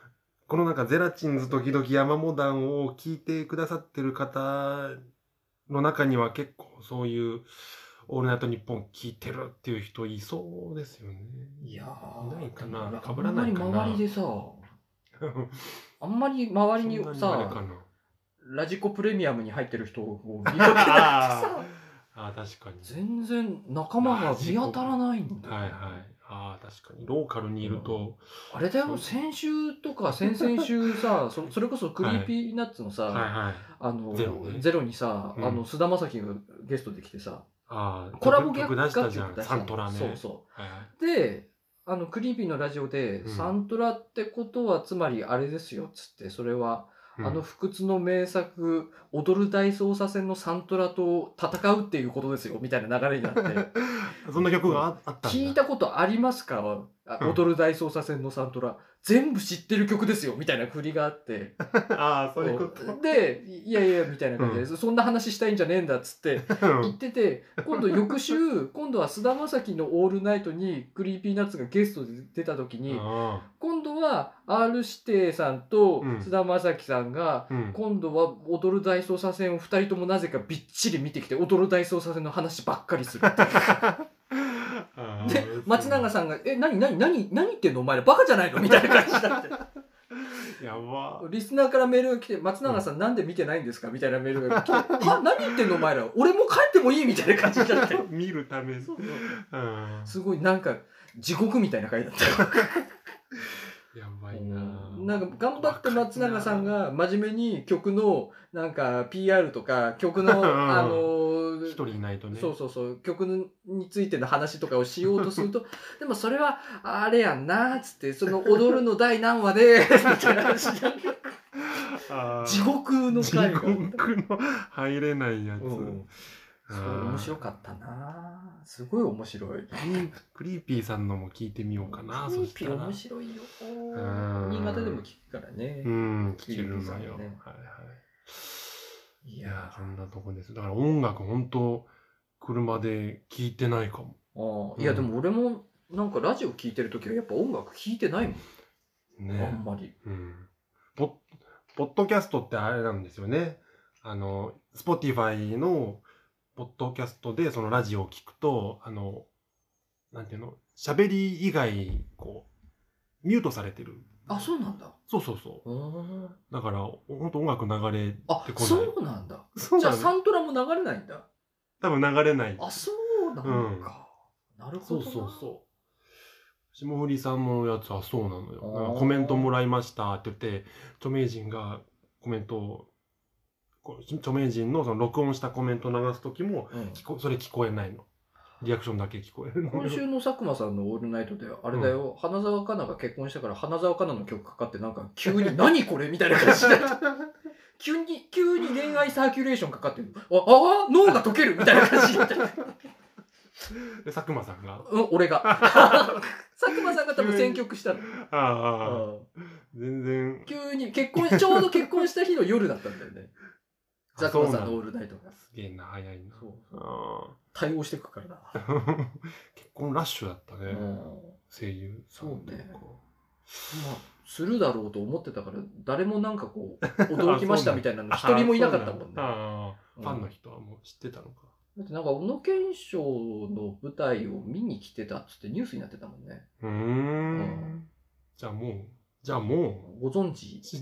このなんかゼラチンズ時々山モダンを聞いてくださってる方の中には結構そういう「オールナイトニッポン」聞いてるっていう人いそうですよね。
いや
いないかな
でも
被らないかな
あんまり周りでさああんまり周りに
そんなあれか
さ、
な
ラジコプレミアムに入ってる人を見かけなくて
あ
さ、
あー確かに
全然仲間が見当たらないんだよ
はいはいああ確かにローカルにいると、
あれだ
そ
よ、
う
先週 とか先々週さ、そそれこそクリーピーナッツのさ、
はいはい
あの
ゼロね
ゼロにさ、
うん
あの菅田将暉がゲストで来てさ、
ああ
コラボ
曲
逆
曲出したじゃん
楽曲出し
サントラね
そうそう
はいはい、
で、あの、クリーピーのラジオで、
うん
サントラってことは、つまりあれですよ、つって、それは、
うん
あの不屈の名作、踊る大捜査線のサントラと戦うっていうことですよ、みたいな流れになって、
そんな曲がああったんだ
聞いたことありますかは、あ
うん
踊る大捜査線のサントラ、全部知ってる曲ですよ、みたいな振りがあって、
ああ そういうこと
で、いやいや、みたいな感じで、そんな話したいんじゃねえんだ、つって、言ってて今度 翌週今度は菅田将暉の「オールナイト」にクリーピーナッツがゲストで出た時に
あ
今度は R 指定さんと
うん
菅田将暉さんが
あうん
今度は「踊る大捜査線」を2人ともなぜかびっちり見てきて「踊る大捜査線」の話ばっかり するっていう
あー
で松永
ん
さんが「え何何何何言ってんのお前らバカじゃないの?」みたいな感 じになって
やば
リスナーからメールが来て「松永さんなんで見てないんですか?」みたいなメールが来て「は何言ってんのお前ら俺も帰ってもいい?」みたいな感じになって。
見るために
そうそう
うん
すごいなんか地獄みたいな回だったよ。
やばいな
なんか頑張って松永さんが真面目に曲のなんか PR とか曲の
うん
あの
一人いないとね
そうそうそう曲についての話とかをしようとす るとでもそれはあれやんなっつってその踊るの第何 話でみたいな話になって
あー
地獄の回が
地獄の入れないやつ、
うん
あ
そう
ー
面白かったなすごい面白い。
クリーピーさんのも聞いてみようかな
クリ
そ
ー
した
ピー
ら
面白いよ
ん
新潟でも聞くからね
う。ん聞けるのよ、
クリーピーさんね
はいはいいい
や
やーそんなとこですだから音楽本当車で聞いてないかも
あ
うん
あいやでも俺もなんかラジオ聴いてる時はやっぱ音楽聴いてないもん、あ
ね
んまり
うんポッポッドキャストってあれなんですよねあの Spotify のポッドキャストでそのラジオを聞くとあのなんていうの喋り以外こうミュートされてる
あそうなんだ
そうそうそう
ーん
うだから本当音楽流れ
あ
てこない
そうなんだ
そう
じゃ
な
あ
の
サントラも流れないんだ
多分流れない
あそうなのか、なるほ
そ
ど
う
な
そうそう。霜降りさんのやつはそうなのよ。
あー
なんかコメントもらいましたって言って、著名人がコメントを、こ著名人のその録音したコメント流すときも
うん
聞こ、それ聞こえないの。リアクションだけ聞こえるのよ。
今週の佐久間さんの「オールナイト」であれだよ、花澤香菜が結婚したから花澤香菜の曲かかってなんか急 に「何これ?」みたいな感じ になって急に急に恋愛サーキュレーションかかってるああ脳が溶けるみたいな感じになって
で佐久間さんが。
うん、俺 が。佐久間さんが多分選曲したの。
ああ、
うん
全然。
急に結婚、ちょうど結婚した日の夜だったんだよね。
あ
佐久間さ
そうな
んの
の
オールナイトが。
すげえな、早いな。
そう
あ
対応してくからな。
ー 結婚ラッシュだった
う
ね。
ん。ま
声優さんとか
そうねあ、するだろうと思ってたから、誰もなんか こう、驚きましたみたいなの一人もいなかったもんね。だ
あー
うん
ファンの人はもう知ってたのか。
ってなんか、小野賢章の舞台を見に来てたっつってニュースになってたもんね。
うー
うんん。
じゃあもう、じゃあも
ご存知
う、し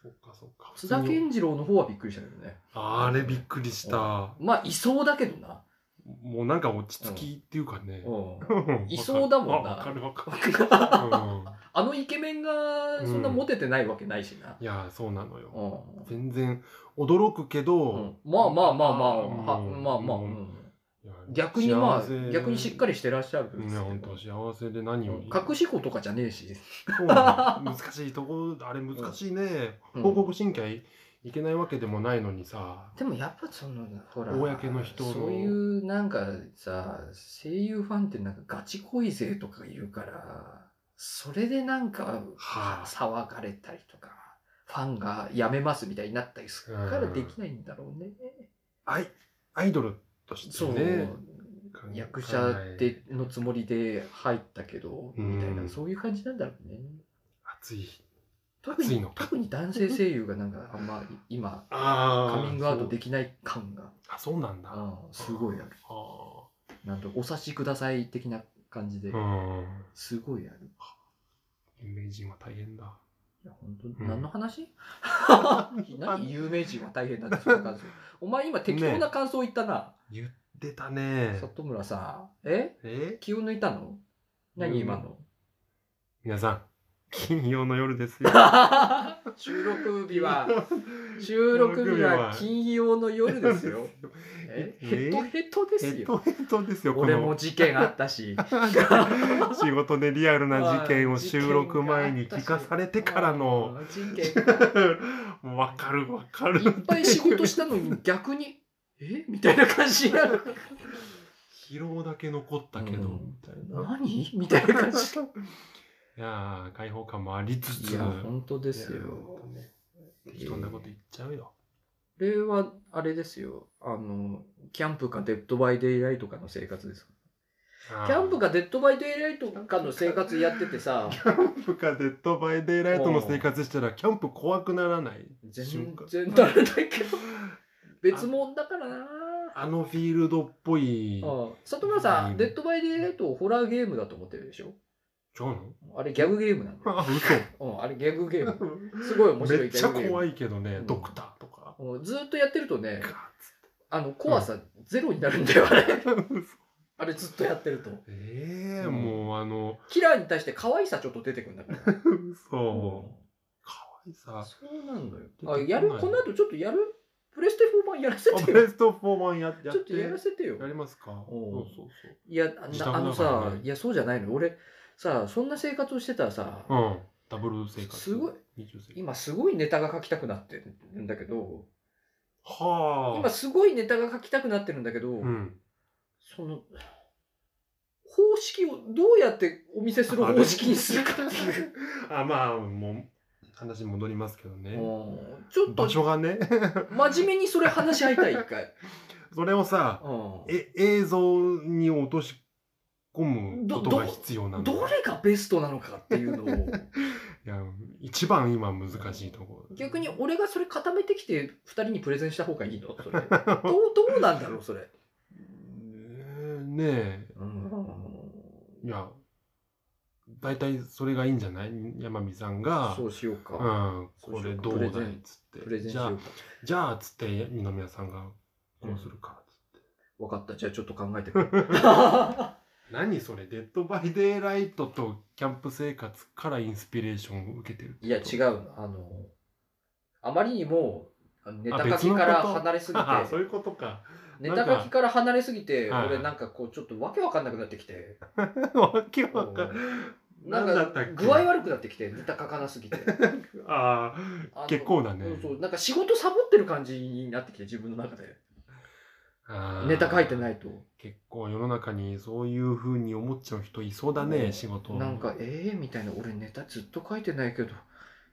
そっかそっか。
津田健次郎の方はびっくりしたけどね。
あれびっくりした。
まあ、いそうだけどな。
もうなんか落ち着きっていうかね。
うん。
い
いそうだもんな
わかるわかる。う
あのイケメンがそんなモテてないわけないしな。
んいや、そうなの
う
よ。
ん
全然驚くけど、
まあまあまあまあ、は
うん
まあまあ、
う
うんん
いや
逆にま
幸せ
あ、逆にしっかりしてらっしゃるん
ね
ですけど
本当幸せで何より。
隠し子とかじゃねえし。
そうなの難しいとこ、あれ難しいね。
うん
報告神経いけないわけでもないのにさ。
でもやっぱその、ほら、
公の人の
そういうなんかさ、声優ファンってなんかガチ恋勢とかいるから、それでなんか
はあ
騒がれたりとか、ファンがやめますみたいになったりするからできないんだろうね。
アイアイドルとして
そう、
ね。
役者でのつもりで入ったけど、
うん
みたいな、そういう感じなんだろうね。
熱い。
特
熱い
に
の、か
特に男性声優がなんか、あんまい今、
あ
カミングアウトできない感が、
あ、そうなんだ。 あ
うんすごいある。
あ。
なんと、お察しください的な感じで
う、ん。
すごいある。
有名人は大変だ。
いや本当
ん
何の話、 何有名人は大変だってそ の感想お前今適当な感想言ったな、
言ってたね。
里村さんえ
え
気を抜いたの何今の、
皆さん、金曜の夜 ですよ。
収録日は 収録日は金曜の夜ですよえ
え
ヘトヘトです
ヘ
よ、
トヘトですよ、こ
俺も
の。
事件あっ たし
仕事でリアルな事件を収録前に聞かされてから の。
事件が
わかるわかる。
いっぱい仕事したのに逆にえみたいな感じにな る
疲労だけ残ったけど、
うん
みたいな。
何みたいな感じ
いやー、開放感もありつつ。
いや本当です
いや
よ
本当ね適当なこと言っちゃうよ。
これはあれですよあのキャンプかデッドバイデイライトかの生活ですキャンプ
が。
かデッドバイデイライトかの生活やっててさ
キャンプかデッドバイデイライトの生活したら、キャンプ怖くならない
全
瞬間
然誰だけ ど別物だからな
あのフィールドっぽい。違う
あ里村さ
うん
ん、デッドバイデイライトをホラーゲームだと思ってるでしょ
の
あれギャグゲームなんだよ。
あ、
うん、あれギャグゲーム。
嘘。
すごい面白い
めっちゃ怖
い。
いけどね、
うん
ドクターとか。
うんずーっとやってるとね、
ガ
あの、怖さゼロになるんだよ、あれ。
ーッ嘘
あれずっとやってると。
ええ
うん
もうあの、
キラーに対して可愛さちょっと出てくるんだから。
嘘。可愛さ。
そうなんだよ。
出てこ
あ
ない
やるこの後ちょっとやるプレステ4版やらせ
あ
て
ベ
よ。
スト4版やや
ちょ
っ
ってとやらせてよ。
やりますか
おう
そうそう
いや、
自
な
宅
あの
だからね
さ、いや、そうじゃないの。俺、さ、そんな生活をしてたらさ、
そう。うん。ダブル生活。
すごい。
二重生活。
今すごいネタが書きたくなってるんだけど、
はあ。
今すごいネタが書きたくなってるんだけど、
うん。
その、方式をどうやってお見せする方式にするかっていう。
あ、まあ、もう、話に戻りますけどね。
うんちょっと
場所がね、
真面目にそれ話し合いたい、一回。
それをさ、
うん
え映像に落とし込むことが必要なんだ
どれがベストなのかっていう のを、
いや一番今難しいところ
逆に俺がそれ固めてきて二人にプレゼンした方がいいの それ。どう、どうなんだろう、それ。
えーね
うん
えいや大体それがいいんじゃない山美さんが
そうしよう
う
か。
ん、これどうだいっつ
プ
っ
レ
て
ゼンし
じゃ
よ
あ
うか。
じゃあっつって二宮さんがこうするかっつって、
わかった。じゃあちょっと考えて くれ。
何それデッドバイデイライトとキャンプ生活からインスピレーションを受けてる
いや、違う。あの、あまりにも、あのネタ書
別
き
のこと
から離れすぎて、
ああそういうことか
ネタ書きから離れすぎて、
はい
俺なんかこう、ちょっとわけわかんなくなってきて、
わけわかん
なん
なんだった
か
っけ
具合悪くなってきて、ネタ書かなすぎて。
あ
あ
あ
の
結構だね
うんそう、なんか仕事サボってる感じになってきて、自分の中で。
あー
ネタ書いてないと。
結構世の中にそういうふうに思っちゃう人いそうだね、
うん
仕事
なんか、 ええー、みたいな、俺ネタずっと書いてないけど、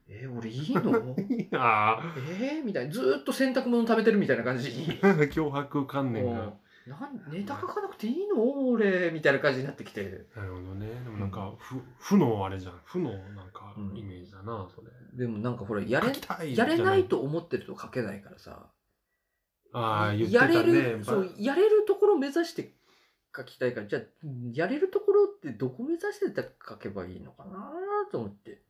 えー、俺いい の
いや
えー、みたいな、ずーっと洗濯物食べてるみたいな感じに。
ー 脅迫観念が
なんネタ書かなくていいの俺みたいな感じになってきて
なるほどねでもなんか負負のあれじゃん負のなんか
うん
イメージだな、それ
でもなんかほらやれ
書きたい
やれない
じ
と思ってると書けないからさ
ゃないああ言って
や
たね
れる
ば
そうやれるところを目指して書きたいからじゃあやれるところってどこ目指して書けばいいのかなと思って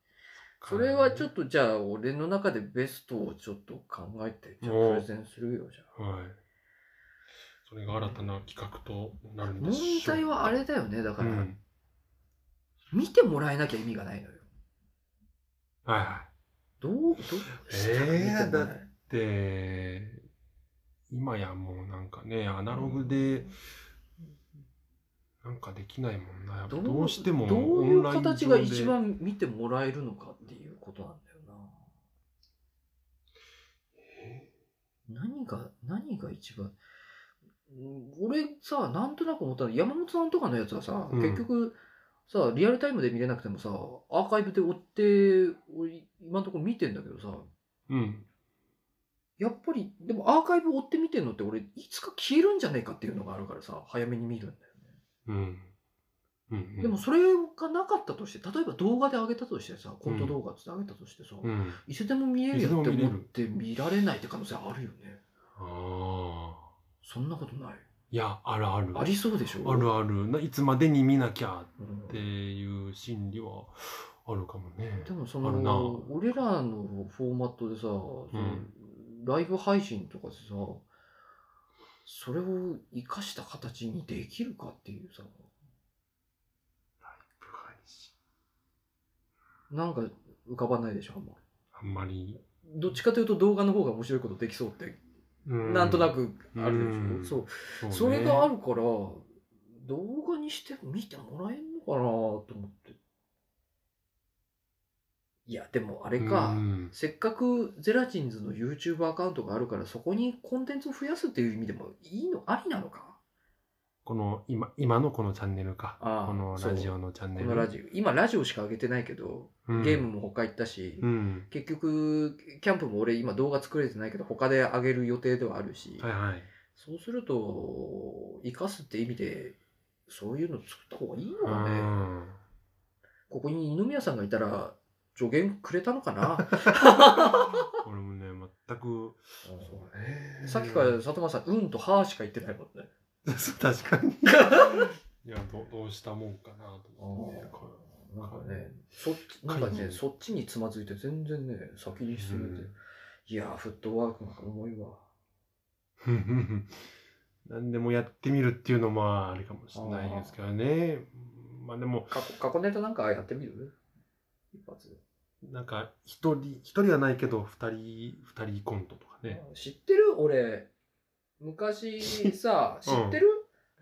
それはちょっとじゃあ俺の中でベストをちょっと考えてじゃあ
お
プ
う
レゼンするよじゃあ
はいそれが新たな企画となるんで
問
しょう
題はあれだよねだ
う
から、
ん
見てもらえなきゃ意味がないのよ
はいは
どうどうしたら見て
えー
もらえ
だいで今やもうなんかねアナログでなんかできないもんな、やっぱ
どう
どうしても
ど
オ
うい
ン
う
ライン
形
上
が
で
一番見てもらえるのかっていうことなんだよな。何が、何が一番、うん俺さ、なんとなく思ったの、山本さんとかのやつはさ、
うん
結局、さ、リアルタイムで見れなくてもさ、アーカイブで追って、俺、今のところ見てんだけどさ、
うん
やっぱり、でもアーカイブ追って見てんのって、俺、いつか消えるんじゃねえかっていうのがあるからさ、早めに見るんだよね。
うんうん
でもそれがなかったとして例えば動画で上げたとしてさコント動画つって上げたとしてさ、
うん、
いつでも見えるやっ
いつで
て
も見れ
思
る
って見られないって可能性あるよね
ああ
そんなことない
いやあるある
ありそうでしょ
あるあるないつまでに見なきゃ
うん
っていう心理はあるかもね
でもそ
あるな
の俺らのフォーマットでさ、その
ん
ライブ配信とかでさそれを生かした形にできるかっていうさ
ライブ配信
なんか浮かばないでしょあんま
あんまり、
どっちかというと動画の方が面白いことできそうって、
う
なんとなくあるでしょ、
うん
そう
そうね
それがあるから動画にして見てもらえんのかなと思っていやでもあれか、
うん
せっかくゼラチンズの YouTube アカウントがあるからそこにコンテンツを増やすっていう意味でもいいのありなのか
この今今のこのチャンネルか
ああ
このラジオのチャンネル
このラジオ今ラジオしか上げてないけど
うん
ゲームも他行ったし、
うん
結局キャンプも俺今動画作れてないけど他で上げる予定ではあるし、
はいはい
そうすると生かすって意味でそういうの作った方がいいの
う
かね、
ん
ここに二宮さんがいたら助言くれたの かな
俺もね全くね
さっきから 里間さん「うん」と「は」しか言ってないもんね
確か にいやどどうしたもんかなと思ってねこ
なんかね、そっち、なんかね、そっちにつまずいて全然ね、先に進めて、
うん
いやー、フットワークが重いわ。
れ何でもやってみるっていうのもまああれかもしれないですけどねまあでも
過去、過去ネタなんかやってみる一発で。
なんか一人一人はないけど二人二人コントとかね
知ってる俺、昔さ、知ってる、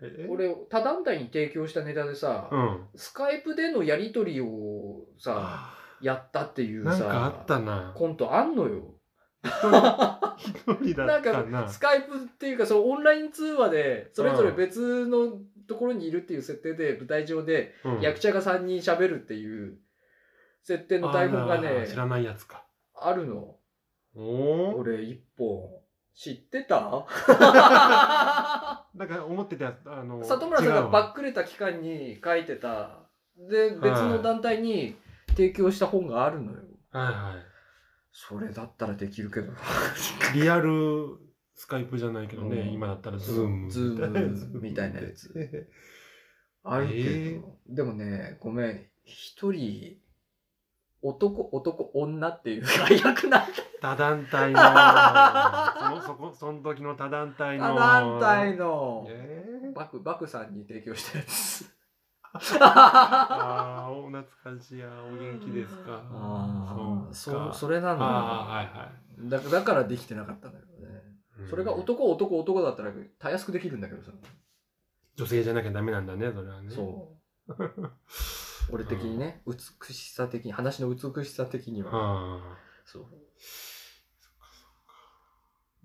え
俺、他団体に提供したネタでさ、
うん
スカイプでのやりとりをさ、
あ
やったっていうさ、
なんかあったな
コントあんのよ。
一人一人だ
なん
ったな
かスカイプっていうかそのオンライン通話でそれぞれ別のところにいるっていう設定で舞台上で
うん
役者が3人喋るっていう設定の台本が
あ
ね
ー知らないやつか
あるの
おお
俺1本知って た
だから思ってたやつあの
里村さんが
ッ
バックれた期間に書いてたで別の団体に提供した本があるのよ
はいはい
それだったらできるけどな
リアルスカイプじゃないけどね、
うん
今だったらズーム。
ズームみたいなやつ あるけど、
え
でもね、ごめん、一人、男、男、女っていう 最悪な
他団体の、その、そこ、その時の他団体の。
他団体の、
えー
バク、バクさんに提供したやつ。
ああ、お懐かしいや、お元気ですか。
ああ、
そう
そ
か。
う、それなのよ
ああ、はいは
だだからできてなかったんだけどね。
い。
それが
うん
男、男、男だったら、たやすくできるんだけどさ。
女性じゃなきゃダメなんだね、それはね。
そう。俺的にね、美しさ的に、話の美しさ的に
うん。
は。
あ
そう。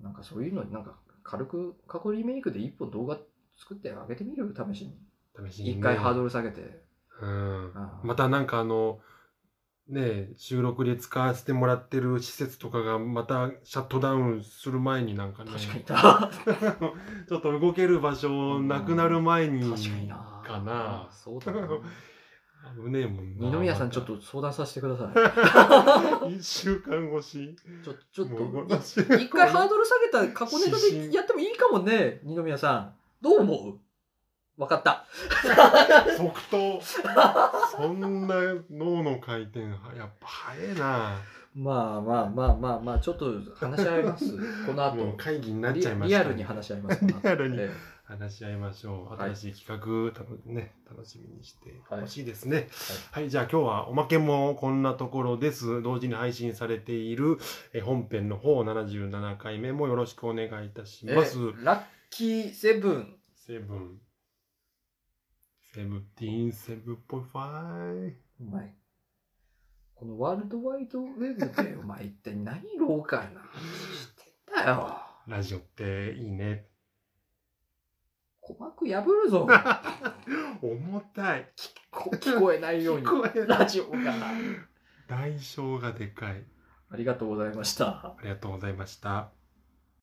なんかそういうのになんか軽く過去リメイクで一本動画作ってあげてみる試しに。
あ、試しに、ね。
一回ハードル下げて。
うん。
ああ
またなんかあの、ねえ、収録で使わせてもらってる施設とかがまたシャットダウンする前になんかね、
確かにな。
ちょっと動ける場所なくなる前に、
確かにな。
かな
そうだ な。
危ねえもんな。
二宮さん
ま
ち
た
ょっ。と相談させてくださ い。
一週間越し。
ちょちょっ
もう
と。
私
一回ハードル下げた過去ネタ
指針
でやってもいいかもね、二宮さん。どう思うわかった。
即答。そんな脳の回転、やっぱ早えな。
まあまあまあまあまあ、ちょっと話し合います。この
もう
後。
会議になっちゃいまし
リ
た
ア
ね、
ルに話し合います。この後
リアルに
ええ
話し合いましょう。
はい
新しい企画、たぶね、楽しみにして
はい
ほしいですね。はい、じゃあ今日はおまけもこんなところです。同時に配信されているえ本編の方77回目もよろしくお願いいたし
え
ます。
ラッキーセブン
セブン。セブンティーンセブンポイファイ。
お前このワールドワイドウェブでお前一体何ローカルな話してん だよ
ラジオっていい ね。
鼓膜破るぞ
重たい。
こ聞こえないように
聞こえない
ラジオが
代償がでかい。
ありがとうございました
ありがとうございました。